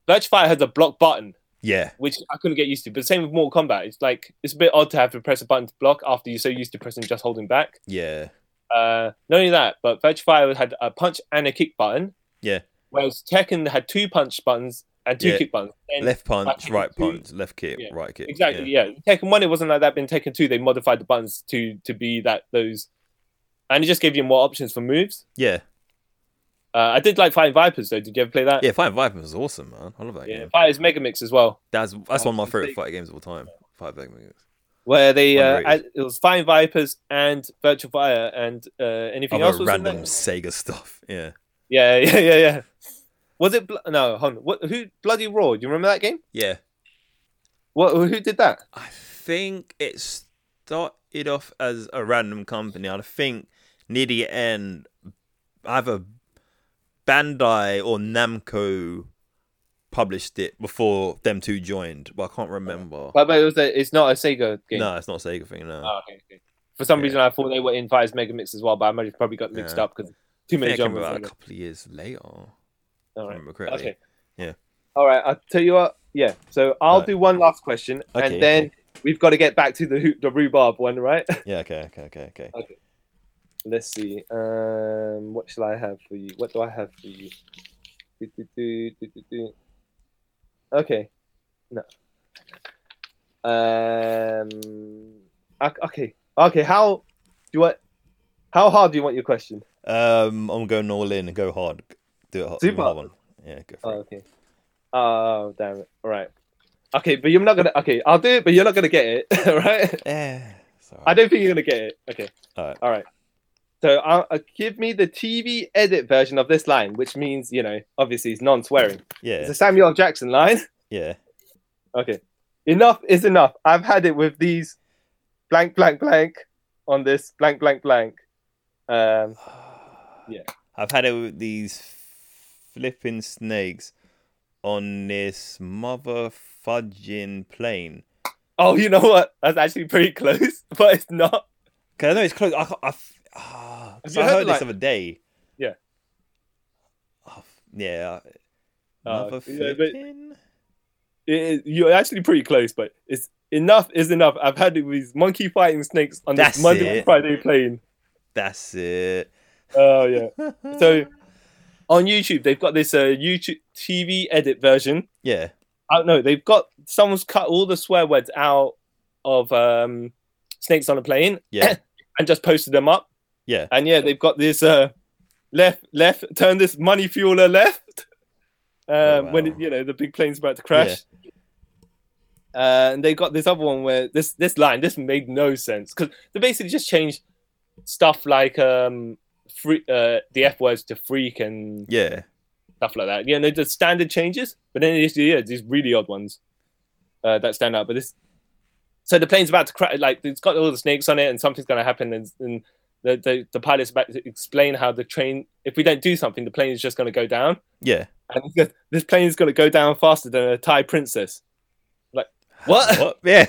Speaker 2: Virtua Fighter has a block button,
Speaker 3: yeah,
Speaker 2: which I couldn't get used to. But same with Mortal Kombat. It's like it's a bit odd to have to press a button to block after you're so used to pressing just holding back.
Speaker 3: yeah,
Speaker 2: Uh, not only that, but Virtua Fighter had a punch and a kick button.
Speaker 3: Yeah.
Speaker 2: Whereas Tekken had two punch buttons and two
Speaker 3: Yeah.
Speaker 2: kick buttons. And
Speaker 3: left punch,
Speaker 2: Tekken
Speaker 3: right
Speaker 2: two-
Speaker 3: punch, left kick,
Speaker 2: Yeah,
Speaker 3: right kick.
Speaker 2: Exactly. Yeah. Taken one, it wasn't like that. But in Tekken two, they modified the buttons to to be that those, and it just gave you more options for moves.
Speaker 3: Yeah, yeah,
Speaker 2: Uh, I did like Fighting Vipers though. Did you ever play that?
Speaker 3: yeah. Five Vipers is awesome, man. I love that
Speaker 2: yeah.
Speaker 3: game.
Speaker 2: Fighters Mega Mix as well.
Speaker 3: That's that's one of my
Speaker 2: Five-
Speaker 3: favorite fight games of all time. Five Vipers.
Speaker 2: where they uh,
Speaker 3: Underrated.
Speaker 2: ad- it was Fine Vipers and Virtual Fire and uh, anything else
Speaker 3: Other
Speaker 2: was in
Speaker 3: random
Speaker 2: there?
Speaker 3: Sega stuff. Yeah.
Speaker 2: Yeah, yeah, yeah, yeah. Was it bl- no? Hold on. What? Who? Bloody Raw. Do you remember that game?
Speaker 3: Yeah.
Speaker 2: What? Who did that?
Speaker 3: I think it started off as a random company. I think near the end, either Bandai or Namco published it before them two joined, but I can't remember.
Speaker 2: But, but it was a, it's not a Sega game.
Speaker 3: No, it's not a Sega thing. No,
Speaker 2: Oh, okay, okay. For some
Speaker 3: Yeah.
Speaker 2: reason, I thought they were in Fighters Mega Mix as well, but I might have probably got mixed
Speaker 3: Yeah.
Speaker 2: up because too
Speaker 3: I think
Speaker 2: many
Speaker 3: it came
Speaker 2: genres.
Speaker 3: about a
Speaker 2: in it.
Speaker 3: couple of years later. if
Speaker 2: All
Speaker 3: I
Speaker 2: right.
Speaker 3: remember correctly.
Speaker 2: Okay.
Speaker 3: Yeah.
Speaker 2: All right. I'll tell you what. Yeah. So I'll
Speaker 3: Right.
Speaker 2: do one last question,
Speaker 3: Okay,
Speaker 2: and then we've got to get back to the hoop, the rhubarb one, right?
Speaker 3: Yeah. Okay. Okay. Okay. Okay.
Speaker 2: Let's see. Um, what shall I have for you? What do I have for you? Do, do, do, do, do, do. Okay. No. Um. o- Okay. Okay. How do I? How hard do you want your question?
Speaker 3: Um, I'm going all in and go hard. Do it hard. give me a
Speaker 2: Super.
Speaker 3: hard one. Yeah. Go for
Speaker 2: Oh,
Speaker 3: it.
Speaker 2: okay. Oh, damn it. All right. Okay, but you're not gonna. Okay, I'll do it, but you're not gonna get it, all right?
Speaker 3: Yeah. Sorry.
Speaker 2: I don't think you're gonna get it. Okay.
Speaker 3: All right.
Speaker 2: All right. So, uh, uh, give me the TV edit version of this line, which means you know, obviously, it's non-swearing. It's
Speaker 3: Yeah.
Speaker 2: a Samuel L. Jackson line.
Speaker 3: Yeah.
Speaker 2: Okay. Enough is enough. I've had it with these blank, blank, blank on this blank, blank, blank. Um, Yeah.
Speaker 3: I've had it with these flipping snakes on this mother fudging plane.
Speaker 2: oh, you know what? That's actually pretty close, but it's not.
Speaker 3: Cause I know it's close. I, can't- I, f- ah,
Speaker 2: Have
Speaker 3: 'cause
Speaker 2: you
Speaker 3: I
Speaker 2: heard,
Speaker 3: heard, this
Speaker 2: like-
Speaker 3: other day.
Speaker 2: Yeah.
Speaker 3: Oh, f- yeah. I-
Speaker 2: Oh,
Speaker 3: Mother
Speaker 2: yeah, but-
Speaker 3: flipping.
Speaker 2: It is, you're actually pretty close, but it's enough is enough. I've had it with monkey fighting snakes on
Speaker 3: That's
Speaker 2: this Monday
Speaker 3: it.
Speaker 2: to Friday plane.
Speaker 3: That's it.
Speaker 2: Oh yeah. So on YouTube, they've got this uh, YouTube TV edit version.
Speaker 3: yeah.
Speaker 2: I don't know. They've got someone's cut all the swear words out of um, snakes on a plane
Speaker 3: Yeah.
Speaker 2: and just posted them up.
Speaker 3: Yeah.
Speaker 2: And yeah, they've got this uh, left, left, turn this money fueler left um,
Speaker 3: Oh, wow.
Speaker 2: when it, you know the big plane's about to crash. Uh, and they got this other one where this this line this made no sense because they basically just changed stuff like um free, uh, the f words to freak and
Speaker 3: Yeah.
Speaker 2: stuff like that. You know, the standard changes, but then there's yeah, these really odd ones uh, that stand out. But this, so the plane's about to crash. Like it's got all the snakes on it, and something's going to happen, and, and the, the the pilot's about to explain how the train. If we don't do something, the plane is just going to go down,
Speaker 3: Yeah.
Speaker 2: and he goes, this plane is going to go down faster than a Thai princess. What?
Speaker 3: What? Yeah.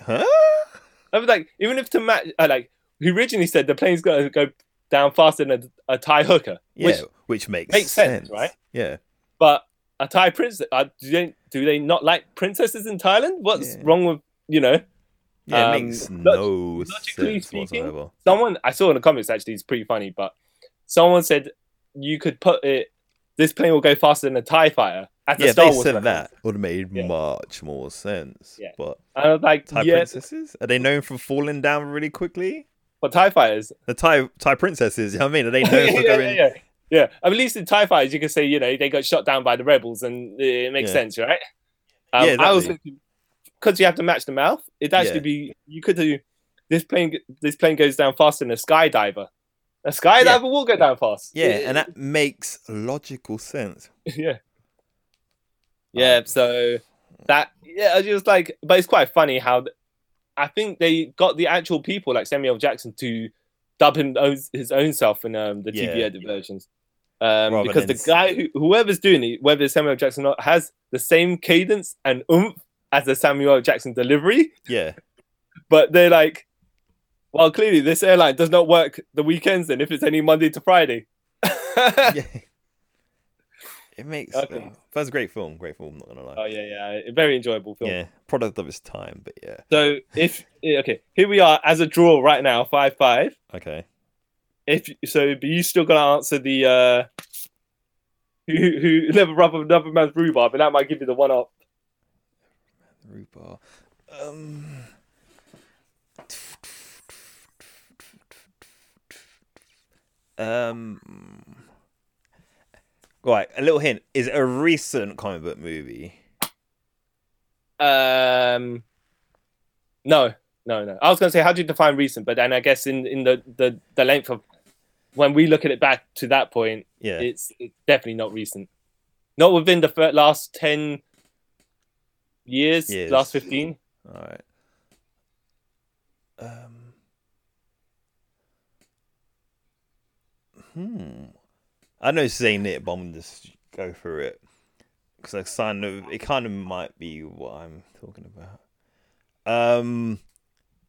Speaker 3: huh?
Speaker 2: I was like, even if to match, uh, like he originally said the plane's going to go down faster than a, a Thai hooker,
Speaker 3: Yeah.
Speaker 2: which
Speaker 3: Which, makes,
Speaker 2: makes sense, right?
Speaker 3: Yeah.
Speaker 2: But a Thai princess, uh, do they do they not like princesses in Thailand? What's
Speaker 3: Yeah.
Speaker 2: wrong with you know
Speaker 3: Yeah. it
Speaker 2: Um,
Speaker 3: makes
Speaker 2: log-
Speaker 3: no
Speaker 2: logically
Speaker 3: sense
Speaker 2: speaking,
Speaker 3: whatsoever.
Speaker 2: someone? I saw in the comments actually, it's pretty funny, but someone said you could put it. This plane will go faster than a Tie fighter at the
Speaker 3: yeah, if
Speaker 2: Star
Speaker 3: they
Speaker 2: Wars.
Speaker 3: said
Speaker 2: reference.
Speaker 3: that would have made
Speaker 2: Yeah.
Speaker 3: much more sense.
Speaker 2: Yeah.
Speaker 3: But
Speaker 2: And I was like,
Speaker 3: Thai
Speaker 2: yeah,
Speaker 3: princesses are they known for falling down really quickly?
Speaker 2: for Tie fighters.
Speaker 3: The Thai Thai princesses, you know what I mean? Are they
Speaker 2: yeah,
Speaker 3: known for
Speaker 2: yeah,
Speaker 3: going?
Speaker 2: yeah, yeah. At least in Tie fighters, you can say you know they got shot down by the rebels, and uh, it makes
Speaker 3: Yeah.
Speaker 2: sense, right? Um,
Speaker 3: Yeah,
Speaker 2: I was
Speaker 3: exactly.
Speaker 2: thinking because you have to match the mouth. It'd actually
Speaker 3: Yeah.
Speaker 2: be you could do this plane. This plane goes down faster than a skydiver. A skydiver will go down fast.
Speaker 3: Yeah, and that makes logical sense.
Speaker 2: yeah. Yeah, so that yeah, I just like, but it's quite funny how th- I think they got the actual people like Samuel Jackson to dub him own, his own self in um, the TV
Speaker 3: Yeah.
Speaker 2: edit versions. Um,
Speaker 3: Rather
Speaker 2: because the
Speaker 3: than-
Speaker 2: guy who, whoever's doing it, whether it's Samuel Jackson or not, has the same cadence and oomph as the Samuel Jackson delivery,
Speaker 3: Yeah,
Speaker 2: but they're like, well, clearly this airline does not work the weekends, then if it's any Monday to Friday.
Speaker 3: yeah. It makes.
Speaker 2: Okay.
Speaker 3: That's a great film. Great film. Not gonna lie.
Speaker 2: Oh yeah, yeah, very enjoyable film.
Speaker 3: yeah, product of its time, but yeah.
Speaker 2: So if yeah, okay, here we are as a draw right now, five five.
Speaker 3: Okay.
Speaker 2: If so, but you still gotta answer the uh, who who who never rub another man's rhubarb, and that might give you the one up.
Speaker 3: Rhubarb. Um. Um. Right, a little hint is a recent comic book movie.
Speaker 2: Um, no, No, no. I was going to say, how do you define recent? But then I guess in, in the, the, the length of when we look at it back to that point,
Speaker 3: Yeah.
Speaker 2: it's, it's definitely not recent. Not within the fir- last 10 years,
Speaker 3: Years.
Speaker 2: last 15.
Speaker 3: All right. Um. Hmm. I know saying it, but I'm gonna just go for it because I kind of it kind of might be what I'm talking about. Um,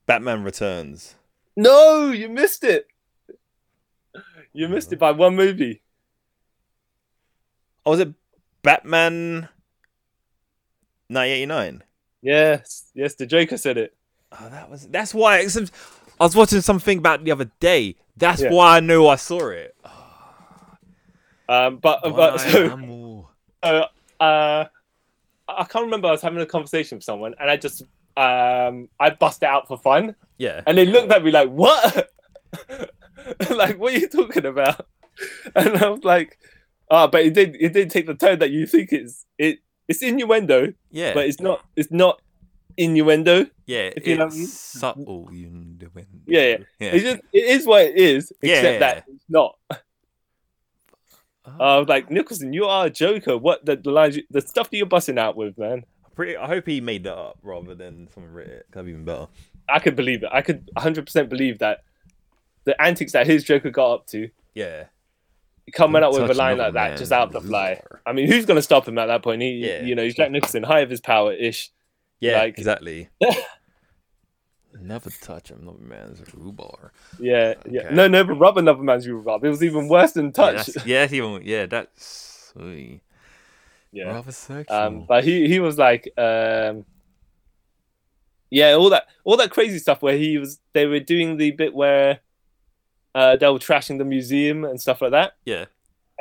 Speaker 3: Batman Returns.
Speaker 2: No, you missed it. You missed it by one movie.
Speaker 3: Oh, was it Batman? 1989.
Speaker 2: Yes, yes, the Joker said it.
Speaker 3: Oh, that was that's why. It's, I was watching something about it the other day. That's
Speaker 2: Yeah.
Speaker 3: why I know I saw it.
Speaker 2: Um, but but so uh, uh, I can't remember. I was having a conversation with someone, and I just um, I bust it out for fun,
Speaker 3: yeah.
Speaker 2: and they looked at me like, "What? like, what are you talking about?" And I was like, "Ah, but it did. It did take the turn that you think it's it. It's innuendo,
Speaker 3: Yeah.
Speaker 2: but it's not. It's not innuendo.
Speaker 3: Yeah,
Speaker 2: If you know what
Speaker 3: it's
Speaker 2: I mean.
Speaker 3: subtle. You know, when-
Speaker 2: Yeah, yeah.
Speaker 3: yeah.
Speaker 2: It's just it is what it is,
Speaker 3: Yeah,
Speaker 2: except
Speaker 3: yeah,
Speaker 2: that it's not."
Speaker 3: Oh,
Speaker 2: I was like, Nicholson, you are a joker. What the, the lines, you, the stuff that you're busting out with, man.
Speaker 3: pretty, I hope he made that up rather than someone wrote it. That'd be even better.
Speaker 2: I could believe it. I could 100% believe that the antics that his joker got up to,
Speaker 3: Yeah,
Speaker 2: coming
Speaker 1: Don't
Speaker 2: up with a
Speaker 1: touch
Speaker 2: line
Speaker 1: another
Speaker 2: like that
Speaker 1: man.
Speaker 2: just out of the fly. I mean, who's going to stop him at that point? He,
Speaker 3: Yeah.
Speaker 2: you know, he's Jack Nicholson, high of his power ish.
Speaker 3: yeah,
Speaker 2: Like-
Speaker 3: exactly. Never touch him, not man's rhubarb.
Speaker 2: Yeah, yeah.
Speaker 3: Okay.
Speaker 2: No, no, but rub another man's you rub. It was even worse than touch.
Speaker 3: Yeah, that's, yeah, that's even, yeah, that's sweet.
Speaker 2: yeah.
Speaker 3: Rather sexual.
Speaker 2: Um, but he he was like, um, yeah, all that all that crazy stuff where he was. They were doing the bit where uh, they were trashing the museum and stuff like that,
Speaker 3: yeah,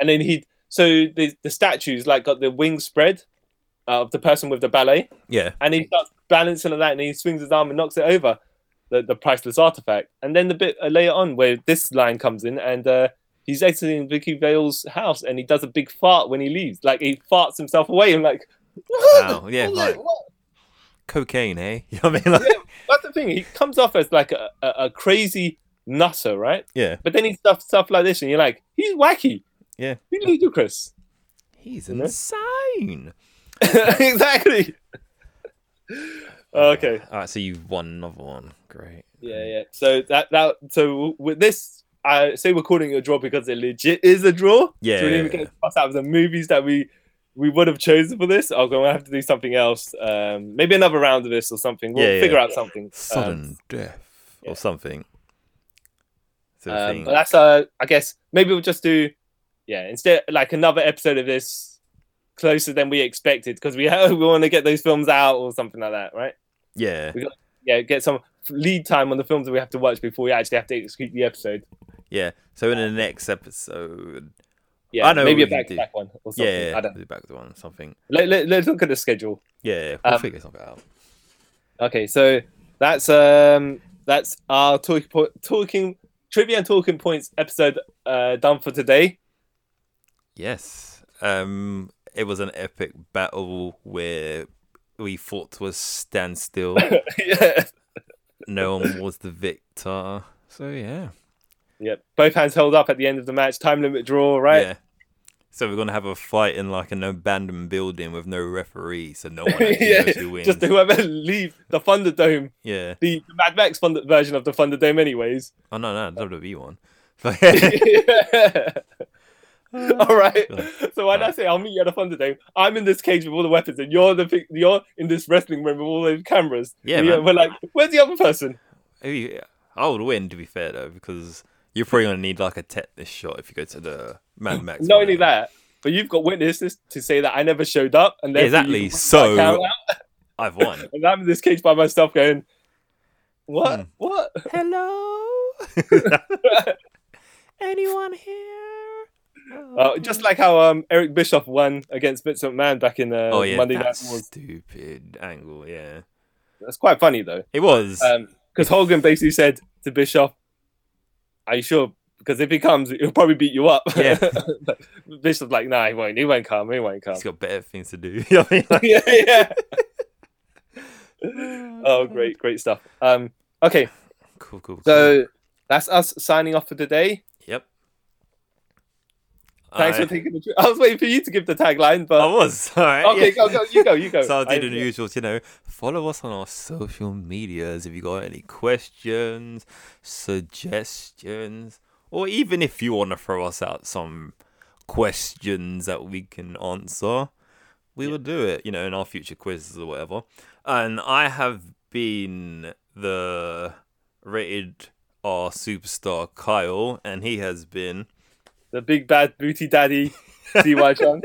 Speaker 2: and then he so the the statues like got the wings spread uh, of the person with the ballet,
Speaker 3: yeah,
Speaker 2: and he starts balancing on that, and he swings his arm and knocks it over. The, the priceless artifact, and then the bit uh, later on where this line comes in, and uh, he's exiting Vicky Vale's house, and he does a big fart when he leaves, like he farts himself away. I'm like,
Speaker 3: Wow, yeah,
Speaker 2: I'm
Speaker 3: like-
Speaker 2: "What?"
Speaker 3: cocaine, eh? You know what I mean? Like,
Speaker 2: that's the thing. He comes off as like a, a, a crazy nutter, right?
Speaker 3: yeah,
Speaker 2: But then he stuff stuff like this, and you're like, he's wacky.
Speaker 3: Yeah.
Speaker 2: he's ludicrous.
Speaker 3: he's
Speaker 2: You know?
Speaker 3: insane.
Speaker 2: exactly. okay.
Speaker 3: all right, so you've won another one. Great.
Speaker 2: Yeah, yeah. So that that so with this, I say we're calling it a draw because it legit is a draw.
Speaker 3: Yeah,
Speaker 2: So we
Speaker 3: yeah,
Speaker 2: didn't
Speaker 3: yeah.
Speaker 2: get to pass out of the movies that we we would have chosen for this. I'm going to have to do something else. Um, maybe another round of this or something. We'll
Speaker 3: Yeah, yeah.
Speaker 2: figure out something. Um,
Speaker 3: Sudden death
Speaker 2: yeah.
Speaker 3: or something. Sort of
Speaker 2: Um,
Speaker 3: thing.
Speaker 2: but that's uh, I guess maybe we'll just do, yeah, instead like another episode of this closer than we expected because we we want to get those films out or something like that, right?
Speaker 3: yeah,
Speaker 2: Yeah, get some lead time on the films that we have to watch before we actually have to execute the episode.
Speaker 3: yeah. So in
Speaker 2: um,
Speaker 3: the next episode,
Speaker 2: Yeah,
Speaker 3: I know
Speaker 2: maybe a
Speaker 3: what we can
Speaker 2: back to back one or something.
Speaker 3: yeah,
Speaker 2: I don't.
Speaker 3: we'll be back to one something.
Speaker 2: Let, let, let's look at the schedule.
Speaker 3: Yeah, we'll
Speaker 2: Um,
Speaker 3: figure something out.
Speaker 2: Okay, so that's um that's our talking po- talking trivia and talking points episode uh done for today.
Speaker 3: Yes, um, it was an epic battle where we fought to a standstill.
Speaker 2: yeah.
Speaker 3: no one was the victor. So yeah,
Speaker 2: Yep. Both hands held up at the end of the match. Time limit draw, right?
Speaker 3: yeah. So we're gonna have a fight in like an abandoned building with no referee, so no one actually knows who wins.
Speaker 2: just whoever leave the Thunderdome,
Speaker 3: Yeah.
Speaker 2: the Mad Max Thunder version of the Thunderdome, anyways.
Speaker 3: Oh no, no WWE one.
Speaker 2: All right.
Speaker 3: God.
Speaker 2: So when I
Speaker 3: Right.
Speaker 2: say I'll meet you at the Thunderdome, I'm in this cage with all the weapons, and you're the fi- you're in this wrestling room with all those cameras.
Speaker 3: Yeah,
Speaker 2: And you're-
Speaker 3: man.
Speaker 2: we're like, where's the other person?
Speaker 3: Maybe- I would win, to be fair though, because you're probably gonna need like a tetanus shot if you go to the Mad Max.
Speaker 2: Not
Speaker 3: one.
Speaker 2: only that, but you've got witnesses to say that I never showed up, and therefore
Speaker 3: Exactly,
Speaker 2: you can
Speaker 3: so-
Speaker 2: count out,
Speaker 3: I've won.
Speaker 2: and I'm in this cage by myself, going,
Speaker 3: Hmm.
Speaker 2: what, what?
Speaker 3: Hello. Anyone here? Oh,
Speaker 2: Uh, just like how um, Eric Bischoff won against Vince McMahon back in uh,
Speaker 3: oh yeah,
Speaker 2: Monday Night
Speaker 3: that
Speaker 2: Wars.
Speaker 3: stupid angle. Yeah,
Speaker 2: That's quite funny though,
Speaker 3: it was.
Speaker 2: because Hogan basically said to Bischoff, "Are you sure? Because if he comes, he'll probably beat you up."
Speaker 3: Yeah.
Speaker 2: Bischoff's like, "Nah, he won't. He won't come. He won't come."
Speaker 3: He's got better things to do. You know what I mean? Like-
Speaker 2: yeah, yeah. oh, great, great stuff. Um, Okay,
Speaker 3: Cool, cool.
Speaker 2: so that's us signing off for today.
Speaker 3: yep.
Speaker 2: Thanks
Speaker 3: I,
Speaker 2: for taking the trip. I was waiting for you to give the tagline,
Speaker 3: I
Speaker 2: but
Speaker 3: was all right.
Speaker 2: okay,
Speaker 3: yeah.
Speaker 2: go, go, you go, you go.
Speaker 3: So I'll do
Speaker 2: I-
Speaker 3: the usuals, you know. Follow us on our social medias if you got any questions, suggestions, or even if you want to throw us out some questions that we can answer, we will do it, you know, in our future quizzes or whatever. And I have been the rated R superstar Kyle, and he has been.
Speaker 2: The big bad booty daddy, CY Chung.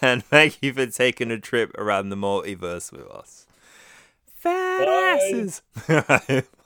Speaker 3: and thank you for taking a trip around the multiverse with us. Fat
Speaker 2: Bye.
Speaker 3: asses.